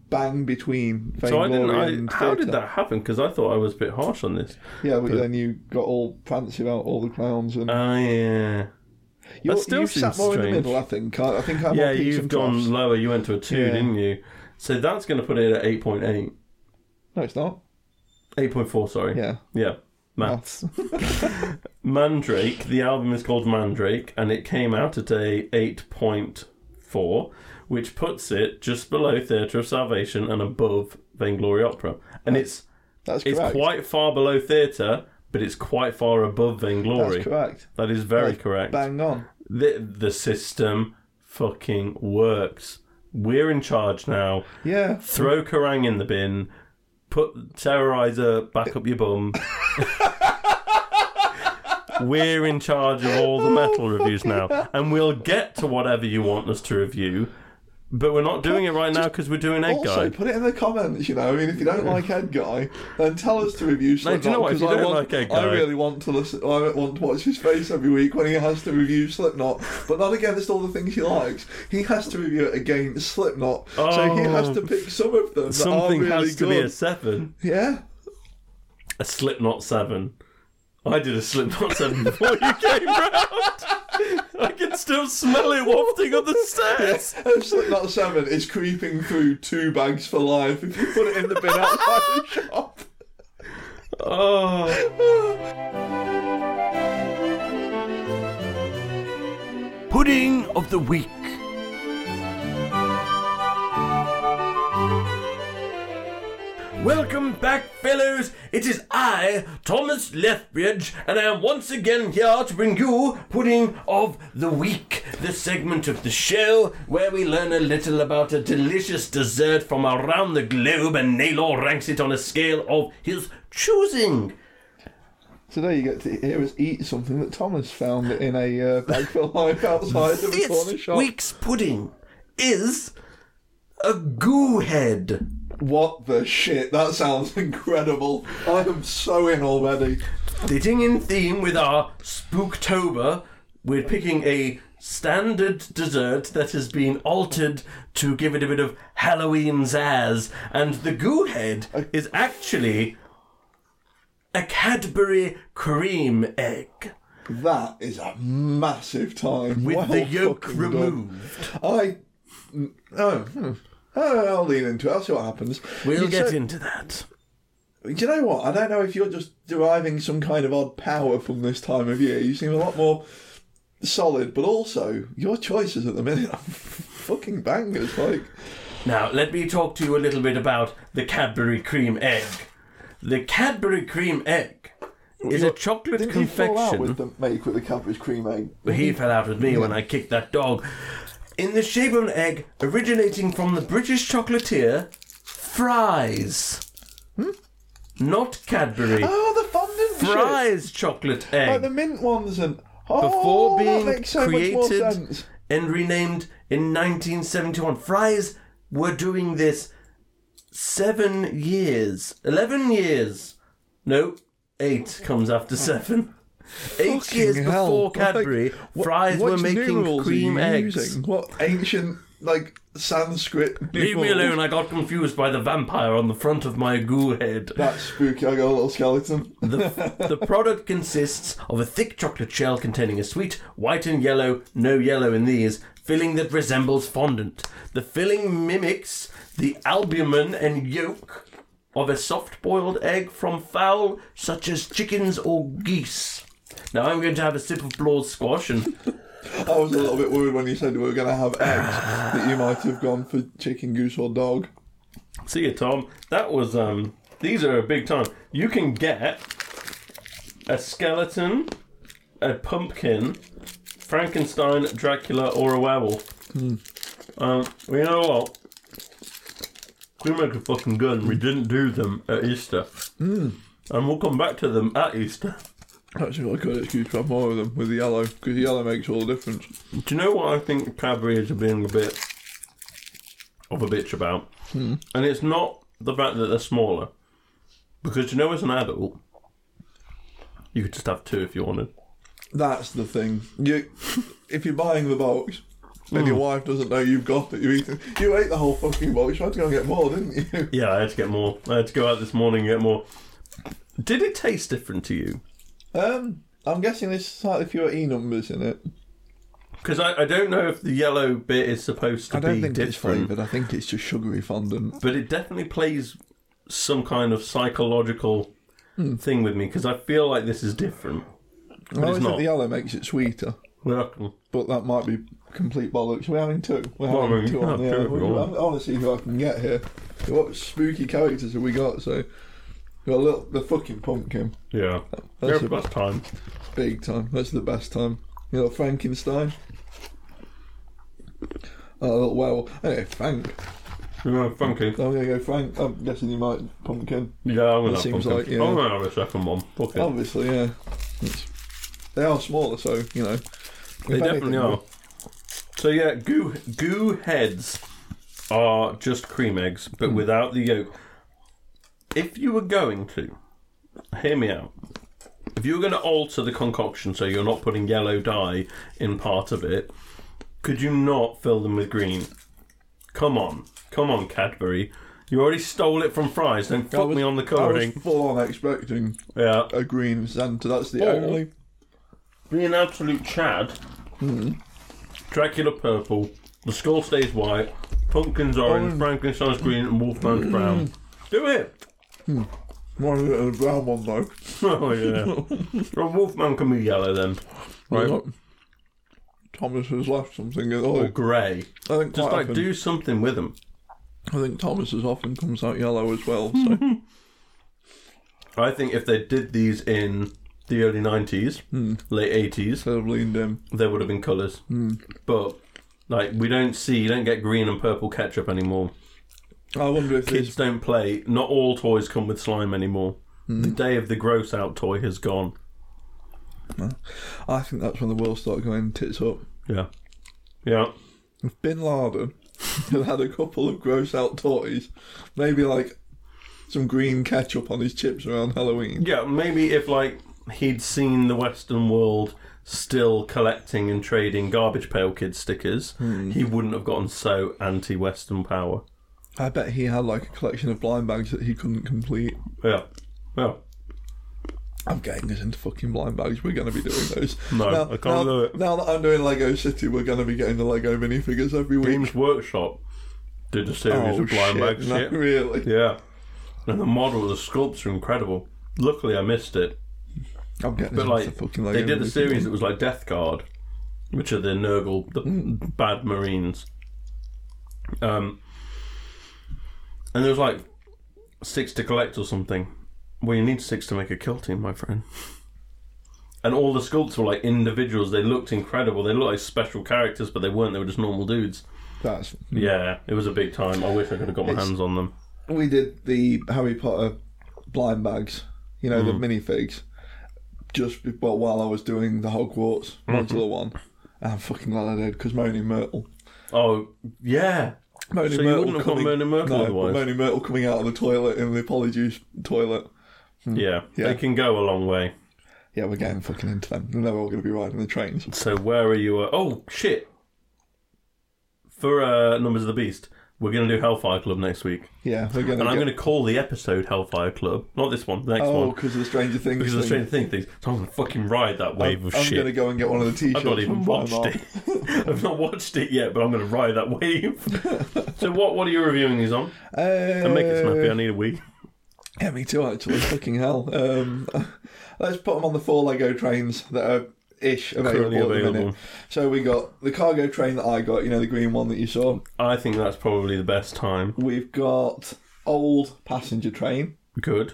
[SPEAKER 2] bang between
[SPEAKER 4] so I
[SPEAKER 2] Vainglory
[SPEAKER 4] didn't.
[SPEAKER 2] and
[SPEAKER 4] I, how did
[SPEAKER 2] Theatre.
[SPEAKER 4] that happen? Because I thought I was a bit harsh on this.
[SPEAKER 2] Yeah, but then you got all fancy about all the clowns and
[SPEAKER 4] Oh yeah,
[SPEAKER 2] you
[SPEAKER 4] that still
[SPEAKER 2] you sat
[SPEAKER 4] seems
[SPEAKER 2] more in the
[SPEAKER 4] strange.
[SPEAKER 2] middle. I think. I, I think I'm
[SPEAKER 4] yeah.
[SPEAKER 2] on peaks
[SPEAKER 4] You've
[SPEAKER 2] and
[SPEAKER 4] gone
[SPEAKER 2] troughs.
[SPEAKER 4] lower. You went to a two,
[SPEAKER 2] Yeah.
[SPEAKER 4] didn't you? So that's going to put it at eight point eight.
[SPEAKER 2] No, it's not.
[SPEAKER 4] 8.4, sorry.
[SPEAKER 2] Yeah.
[SPEAKER 4] Yeah. Maths.
[SPEAKER 2] *laughs*
[SPEAKER 4] Mandrake, the album is called Mandrake, and it came out at a 8.4, which puts it just below Theatre of Salvation and above Vainglory Opera. And it's
[SPEAKER 2] That's
[SPEAKER 4] it's
[SPEAKER 2] correct.
[SPEAKER 4] quite far below Theatre, but it's quite far above Vainglory.
[SPEAKER 2] That's correct.
[SPEAKER 4] That is very
[SPEAKER 2] That's
[SPEAKER 4] correct.
[SPEAKER 2] Bang on.
[SPEAKER 4] The, the system fucking works. We're in charge now.
[SPEAKER 2] Yeah.
[SPEAKER 4] Throw Kerrang in the bin. Put Terrorizer back up your bum. We're in charge of all the metal reviews now, and we'll get to whatever you want us to review. But we're not doing it right now because we're doing Egg
[SPEAKER 2] Also,
[SPEAKER 4] Guy.
[SPEAKER 2] put it in the comments. You know, I mean, if you don't
[SPEAKER 4] *laughs*
[SPEAKER 2] like Ed Guy, then tell us to review Slipknot
[SPEAKER 4] you know what? If
[SPEAKER 2] because
[SPEAKER 4] you
[SPEAKER 2] I
[SPEAKER 4] don't
[SPEAKER 2] want,
[SPEAKER 4] like Ed
[SPEAKER 2] I
[SPEAKER 4] Guy-
[SPEAKER 2] really want to listen. I want to watch his face every week when he has to review Slipknot, but not against all the things he likes. He has to review it against Slipknot, so he has
[SPEAKER 4] Oh.
[SPEAKER 2] to pick some of them that
[SPEAKER 4] Something
[SPEAKER 2] are really
[SPEAKER 4] has to be a
[SPEAKER 2] good.
[SPEAKER 4] seven,
[SPEAKER 2] Yeah.
[SPEAKER 4] a Slipknot seven. I did a Slipknot seven before you came round. I can still smell it wafting up the stairs.
[SPEAKER 2] Oh, Slipknot Seven is creeping through two bags for life if you put it in the bin outside the shop. *laughs*
[SPEAKER 4] Oh.
[SPEAKER 1] Pudding of the Week.
[SPEAKER 4] Welcome back, fellows. It is I, Thomas Lethbridge, and I am once again here to bring you Pudding of the Week, the segment of the show where we learn a little about a delicious dessert from around the globe and Naylor ranks it on a scale of his choosing.
[SPEAKER 2] Today you get to hear us eat something that Thomas found in a uh, bag for life outside of a corner
[SPEAKER 4] This
[SPEAKER 2] shop.
[SPEAKER 4] week's pudding is a goo head.
[SPEAKER 2] What the shit? That sounds *laughs* incredible. I am so in already.
[SPEAKER 4] Fitting in theme with our Spooktober, we're picking a standard dessert that has been altered to give it a bit of Halloween zazz. And the goo head is actually a Cadbury cream egg
[SPEAKER 2] That is a massive time.
[SPEAKER 4] with
[SPEAKER 2] Well
[SPEAKER 4] the yolk
[SPEAKER 2] fucking done.
[SPEAKER 4] removed.
[SPEAKER 2] I. Oh, hmm. Oh, I'll lean into it. I'll see what happens.
[SPEAKER 4] We'll
[SPEAKER 2] You
[SPEAKER 4] get
[SPEAKER 2] said-
[SPEAKER 4] into that.
[SPEAKER 2] Do you know what? I don't know if you're just deriving some kind of odd power from this time of year. You seem a lot more solid, but also your choices at the minute are *laughs* fucking bangers. Like,
[SPEAKER 4] Now, let me talk to you a little bit about the Cadbury cream egg. The Cadbury cream egg is a chocolate
[SPEAKER 2] didn't
[SPEAKER 4] confection.
[SPEAKER 2] you fall out with the make with the Cadbury's cream egg?
[SPEAKER 4] But he fell out with me when I kicked that dog. In the shape of an egg, originating from the British chocolatier Fry's. Not Cadbury.
[SPEAKER 2] Hmm? Oh, the fondant shit.
[SPEAKER 4] Fry's chocolate
[SPEAKER 2] like the
[SPEAKER 4] egg.
[SPEAKER 2] mint ones and oh,
[SPEAKER 4] Before
[SPEAKER 2] that
[SPEAKER 4] being
[SPEAKER 2] makes so much more
[SPEAKER 4] created
[SPEAKER 2] sense.
[SPEAKER 4] and renamed in 1971. Fry's were doing this seven years. Eleven years. No, eight comes after seven. Eight
[SPEAKER 2] Oh. Fucking
[SPEAKER 4] years
[SPEAKER 2] hell.
[SPEAKER 4] before
[SPEAKER 2] Like,
[SPEAKER 4] Cadbury,
[SPEAKER 2] what-
[SPEAKER 4] Fry's
[SPEAKER 2] what
[SPEAKER 4] were making
[SPEAKER 2] numerals are you
[SPEAKER 4] cream eggs.
[SPEAKER 2] using? What *laughs* ancient like Sanskrit?
[SPEAKER 4] Leave me
[SPEAKER 2] numerals?
[SPEAKER 4] alone, I got confused by the vampire on the front of my goo head.
[SPEAKER 2] That's spooky. I got a little skeleton.
[SPEAKER 4] The, the product consists of a thick chocolate shell containing a sweet, white and yellow, no yellow in these, filling that resembles fondant. The filling mimics the albumen and yolk of a soft boiled egg from fowl such as chickens or geese. Now I'm going to have a sip of blawed squash and
[SPEAKER 2] I was a little bit worried when you said we were going to have eggs that you might have gone for chicken, goose, or dog.
[SPEAKER 4] see you, Tom. That was um these are a big time. You can get a skeleton, a pumpkin, Frankenstein, Dracula, or a werewolf. Um, well, you know what? We make a fucking good and we didn't do them at Easter. And we'll come back to them at Easter.
[SPEAKER 2] That's a really good excuse to have more of them with the yellow because the yellow makes all the difference.
[SPEAKER 4] Do you know what I think Cadbury is being a bit of a bitch about?
[SPEAKER 2] Hmm.
[SPEAKER 4] And it's not the fact that they're smaller. Because you know, as an adult, you could just have two if you wanted.
[SPEAKER 2] That's the thing. You, if you're buying the box and
[SPEAKER 4] Hmm.
[SPEAKER 2] your wife doesn't know you've got it, you're eating. You ate the whole fucking box. You had to go and get more, didn't you? *laughs*
[SPEAKER 4] Yeah, I had to get more. I had to go out this morning and get more. Did it taste different to you?
[SPEAKER 2] Um, I'm guessing there's slightly fewer e numbers in it.
[SPEAKER 4] Because I, I don't know if the yellow bit is supposed to
[SPEAKER 2] I don't
[SPEAKER 4] be
[SPEAKER 2] think it's
[SPEAKER 4] different,
[SPEAKER 2] flavoured. I think it's just sugary fondant.
[SPEAKER 4] but it definitely plays some kind of psychological
[SPEAKER 2] Hmm.
[SPEAKER 4] thing with me because I feel like this is different.
[SPEAKER 2] I always think
[SPEAKER 4] not.
[SPEAKER 2] the yellow makes it sweeter,
[SPEAKER 4] Welcome.
[SPEAKER 2] but that might be complete bollocks. We're having two. We're
[SPEAKER 4] Well, I
[SPEAKER 2] having
[SPEAKER 4] mean,
[SPEAKER 2] two on
[SPEAKER 4] yeah,
[SPEAKER 2] the
[SPEAKER 4] two if you
[SPEAKER 2] air.
[SPEAKER 4] want.
[SPEAKER 2] I want to see who I can get here. What spooky characters have we got? So, we got a little, the fucking pumpkin,
[SPEAKER 4] Yeah.
[SPEAKER 2] That's
[SPEAKER 4] yeah,
[SPEAKER 2] a-
[SPEAKER 4] that's time.
[SPEAKER 2] big time. That's the best time. You know, Frankenstein. Oh, little werewolf. Anyway, Frank.
[SPEAKER 4] Yeah, funky.
[SPEAKER 2] I'm gonna go Frank. I'm guessing you might pumpkin.
[SPEAKER 4] Yeah, I'm gonna have
[SPEAKER 2] seems
[SPEAKER 4] pumpkin. Oh,
[SPEAKER 2] like, yeah. Oh,
[SPEAKER 4] I'm gonna have a second one. Fuck it.
[SPEAKER 2] Obviously, yeah. It's- they are smaller, so you know.
[SPEAKER 4] they definitely are. So yeah, goo goo heads are just cream eggs,
[SPEAKER 2] Hmm.
[SPEAKER 4] but without the yolk. If you were going to, hear me out. If you were going to alter the concoction so you're not putting yellow dye in part of it, could you not fill them with green? Come on, come on, Cadbury. You already stole it from Fries. Don't fuck me on the
[SPEAKER 2] I was
[SPEAKER 4] colouring.
[SPEAKER 2] full on expecting
[SPEAKER 4] Yeah.
[SPEAKER 2] a green Santa. That's the
[SPEAKER 4] Or-
[SPEAKER 2] only.
[SPEAKER 4] Be an absolute Chad. Dracula purple. The skull stays white. Pumpkins orange. Frankenstein's green. And Wolfman's brown. Do it. *laughs*
[SPEAKER 2] Mine's a little brown one though.
[SPEAKER 4] Oh yeah. well, Wolfman can be yellow then, right?
[SPEAKER 2] Look, Thomas has left something.
[SPEAKER 4] Or
[SPEAKER 2] Oh,
[SPEAKER 4] grey.
[SPEAKER 2] I think quite
[SPEAKER 4] Just like
[SPEAKER 2] often-
[SPEAKER 4] do something with them.
[SPEAKER 2] I think Thomas as often comes out yellow as well. So
[SPEAKER 4] *laughs* I think if they did these in the early 90s, late 80s,
[SPEAKER 2] they've leaned in.
[SPEAKER 4] there would have been colours. But, like, we don't see, you don't get green and purple ketchup anymore.
[SPEAKER 2] I wonder if
[SPEAKER 4] Kids
[SPEAKER 2] this
[SPEAKER 4] don't play, not all toys come with slime anymore.
[SPEAKER 2] Hmm.
[SPEAKER 4] The day of the gross out toy has gone.
[SPEAKER 2] I think that's when the world started going tits up.
[SPEAKER 4] Yeah. Yeah.
[SPEAKER 2] If Bin Laden *laughs* had had a couple of gross out toys, maybe like some green ketchup on his chips around Halloween.
[SPEAKER 4] Yeah, maybe if, like, he'd seen the Western world still collecting and trading garbage pail kid stickers,
[SPEAKER 2] Hmm.
[SPEAKER 4] he wouldn't have gotten so anti Western power.
[SPEAKER 2] I bet he had like a collection of blind bags that he couldn't complete.
[SPEAKER 4] Yeah. Yeah.
[SPEAKER 2] I'm getting us into fucking blind bags. We're going to be doing those.
[SPEAKER 4] No, I can't
[SPEAKER 2] now,
[SPEAKER 4] do it.
[SPEAKER 2] Now that I'm doing Lego City, we're going to be getting the Lego minifigures every week.
[SPEAKER 4] Games Workshop did a series of blind bag
[SPEAKER 2] Oh, no,
[SPEAKER 4] shit.
[SPEAKER 2] really.
[SPEAKER 4] Yeah. And the model, the sculpts are incredible. Luckily, I missed it.
[SPEAKER 2] I'm getting
[SPEAKER 4] But
[SPEAKER 2] us
[SPEAKER 4] like,
[SPEAKER 2] into fucking Lego
[SPEAKER 4] they did a
[SPEAKER 2] minifigures.
[SPEAKER 4] series that was like Death Guard, which are the Nurgle, the bad Marines. Um, and there was like six to collect or something. Well, you need six to make a kill team, my friend. And all the sculpts were like individuals. They looked incredible. They looked like special characters, but they weren't. They were just normal dudes.
[SPEAKER 2] That's
[SPEAKER 4] Yeah, it was a big time. I wish I could have got my hands on them.
[SPEAKER 2] we did the Harry Potter blind bags, you know,
[SPEAKER 4] Mm.
[SPEAKER 2] the minifigs, just be- well, while I was doing the Hogwarts
[SPEAKER 4] Mm-hmm.
[SPEAKER 2] modular one. And I'm fucking glad I did because Moni Myrtle.
[SPEAKER 4] Oh, yeah.
[SPEAKER 2] Moni
[SPEAKER 4] So you wouldn't have got Moni Myrtle
[SPEAKER 2] no,
[SPEAKER 4] otherwise?
[SPEAKER 2] Moni Myrtle coming out of the toilet in the Polyjuice toilet.
[SPEAKER 4] Hmm. Yeah,
[SPEAKER 2] Yeah.
[SPEAKER 4] they can go a long way.
[SPEAKER 2] Yeah, we're getting fucking into them. And they're all going to be riding the trains.
[SPEAKER 4] So where are you? Uh, oh, shit. For uh, Numbers of the Beast, we're going to do Hellfire Club next week.
[SPEAKER 2] Yeah, we're going
[SPEAKER 4] And
[SPEAKER 2] to.
[SPEAKER 4] I'm going to call the episode Hellfire Club. Not this one, the next
[SPEAKER 2] Oh,
[SPEAKER 4] one.
[SPEAKER 2] because of the Stranger Things.
[SPEAKER 4] Because of the
[SPEAKER 2] thing.
[SPEAKER 4] Stranger Things things. So I'm going to fucking ride that wave of
[SPEAKER 2] I'm
[SPEAKER 4] shit.
[SPEAKER 2] going to go and get one of the t-shirts.
[SPEAKER 4] I've not even
[SPEAKER 2] from
[SPEAKER 4] watched
[SPEAKER 2] Primark.
[SPEAKER 4] it. *laughs* I've not watched it yet, but I'm going to ride that
[SPEAKER 2] *laughs*
[SPEAKER 4] wave. so what, what are you reviewing these on?
[SPEAKER 2] Uh,
[SPEAKER 4] And make it snappy, I need a week.
[SPEAKER 2] *laughs* Yeah, me too. Actually, fucking hell. Um, *laughs* let's put them on the four Lego trains that are ish available,
[SPEAKER 4] Currently
[SPEAKER 2] at the minute.
[SPEAKER 4] available.
[SPEAKER 2] So we got the cargo train that I got. You know, the green one that you saw.
[SPEAKER 4] I think that's probably the best time.
[SPEAKER 2] We've got old passenger train.
[SPEAKER 4] Good.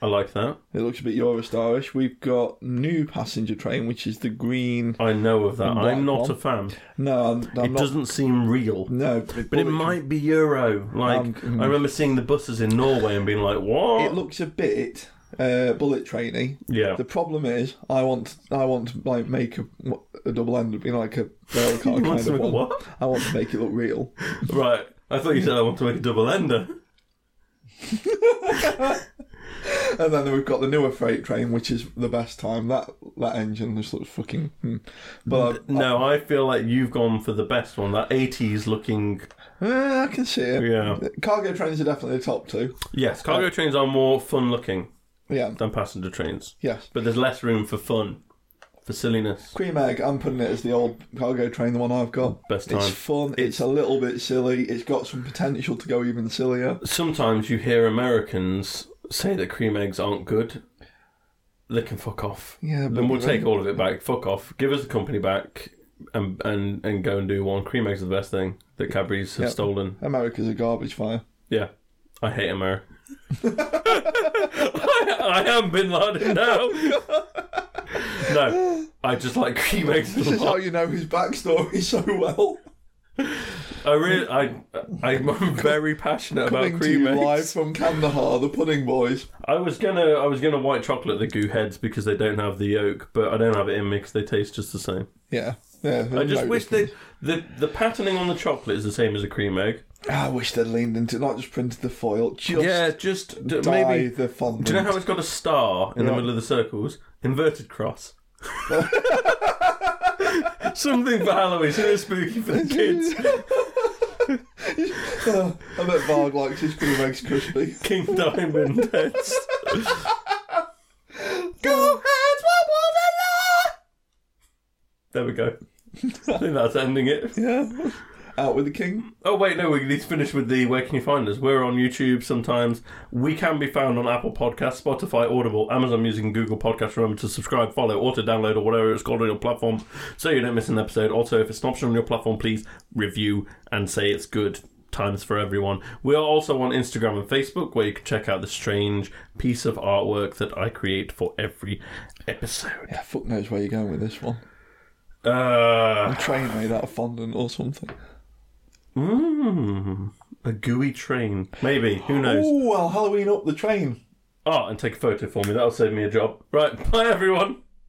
[SPEAKER 4] I like that.
[SPEAKER 2] It looks a bit Eurostarish. We've got new passenger train, which is the green.
[SPEAKER 4] I know of that. I'm not
[SPEAKER 2] one.
[SPEAKER 4] a fan.
[SPEAKER 2] No, I'm, I'm
[SPEAKER 4] it
[SPEAKER 2] not.
[SPEAKER 4] doesn't seem real.
[SPEAKER 2] No,
[SPEAKER 4] But it might be Euro. Like
[SPEAKER 2] Um,
[SPEAKER 4] I remember seeing the buses in Norway and being like, "What?"
[SPEAKER 2] It looks a bit uh, bullet trainy.
[SPEAKER 4] yeah,
[SPEAKER 2] The problem is, I want I want to like make a, a double end, you know, like a rail
[SPEAKER 4] *laughs*
[SPEAKER 2] car
[SPEAKER 4] want
[SPEAKER 2] kind
[SPEAKER 4] to
[SPEAKER 2] of
[SPEAKER 4] make a
[SPEAKER 2] one.
[SPEAKER 4] what?
[SPEAKER 2] I want to make it look real.
[SPEAKER 4] right. I thought you said I want to make a double ender.
[SPEAKER 2] And then we've got the newer freight train, which is the best time. That that engine just looks fucking. hmm. But
[SPEAKER 4] No, I feel like you've gone for the best one. That '80s looking.
[SPEAKER 2] eh, I can see it.
[SPEAKER 4] Yeah.
[SPEAKER 2] Cargo trains are definitely the top two.
[SPEAKER 4] Yes,
[SPEAKER 2] Uh,
[SPEAKER 4] cargo trains are more fun looking
[SPEAKER 2] Yeah.
[SPEAKER 4] than passenger trains,
[SPEAKER 2] Yes.
[SPEAKER 4] but there's less room for fun, for silliness.
[SPEAKER 2] Cream egg. I'm putting it as the old cargo train, the one I've got.
[SPEAKER 4] Best
[SPEAKER 2] It's
[SPEAKER 4] time.
[SPEAKER 2] fun. It's, a little bit silly. It's got some potential to go even sillier.
[SPEAKER 4] Sometimes you hear Americans say that cream eggs aren't good. They can fuck off.
[SPEAKER 2] Yeah, but
[SPEAKER 4] Then we'll take all of it back. Fuck off. Give us the company back, and and and go and do one. Cream eggs are the best thing that Cadbury's have
[SPEAKER 2] Yeah.
[SPEAKER 4] stolen.
[SPEAKER 2] America's a garbage fire.
[SPEAKER 4] Yeah, I hate America. *laughs* I, I am Bin Laden now. no, I just like cream eggs
[SPEAKER 2] This
[SPEAKER 4] a
[SPEAKER 2] is how
[SPEAKER 4] lot.
[SPEAKER 2] you know his backstory so well.
[SPEAKER 4] I really, I, I- I'm very passionate about
[SPEAKER 2] Coming to you
[SPEAKER 4] cream
[SPEAKER 2] live
[SPEAKER 4] eggs.
[SPEAKER 2] from Kandahar, the Pudding Boys.
[SPEAKER 4] I was gonna, I was gonna white chocolate the goo heads because they don't have the yolk, but I don't have it in me because they taste just the same.
[SPEAKER 2] Yeah, yeah.
[SPEAKER 4] I just wish they, the the patterning on the chocolate is the same as a cream egg.
[SPEAKER 2] Ah, I wish they'd leaned into not just printed the foil, just
[SPEAKER 4] Yeah, just d-
[SPEAKER 2] dye
[SPEAKER 4] maybe.
[SPEAKER 2] the fondant.
[SPEAKER 4] Do you know how it's got a star in the
[SPEAKER 2] Right.
[SPEAKER 4] middle of the circles? Inverted cross. *laughs* Something for Halloween, something spooky for the kids.
[SPEAKER 2] *laughs* Uh, I bet Varg likes his cream eggs crispy.
[SPEAKER 4] King Diamond heads.
[SPEAKER 2] Go heads,
[SPEAKER 4] There we go. I think that's ending it.
[SPEAKER 2] Yeah. Out with the king.
[SPEAKER 4] Oh wait, no, we need to finish with the where can you find us? We're on YouTube sometimes. We can be found on Apple Podcasts, Spotify, Audible, Amazon Music, and Google Podcasts. Remember to subscribe, follow, auto download, or whatever it's called on your platform, so you don't miss an episode. Also, if it's an option on your platform, please review and say it's good. times for everyone. We are also on Instagram and Facebook where you can check out the strange piece of artwork that I create for every episode.
[SPEAKER 2] Yeah, fuck knows where you're going with this one.
[SPEAKER 4] Uh,
[SPEAKER 2] A train made out of fondant or something.
[SPEAKER 4] mm, a gooey train. Maybe. Who knows?
[SPEAKER 2] Oh, I'll Halloween up the train.
[SPEAKER 4] Oh, and take a photo for me. That'll save me a job. Right. *laughs* Bye, everyone.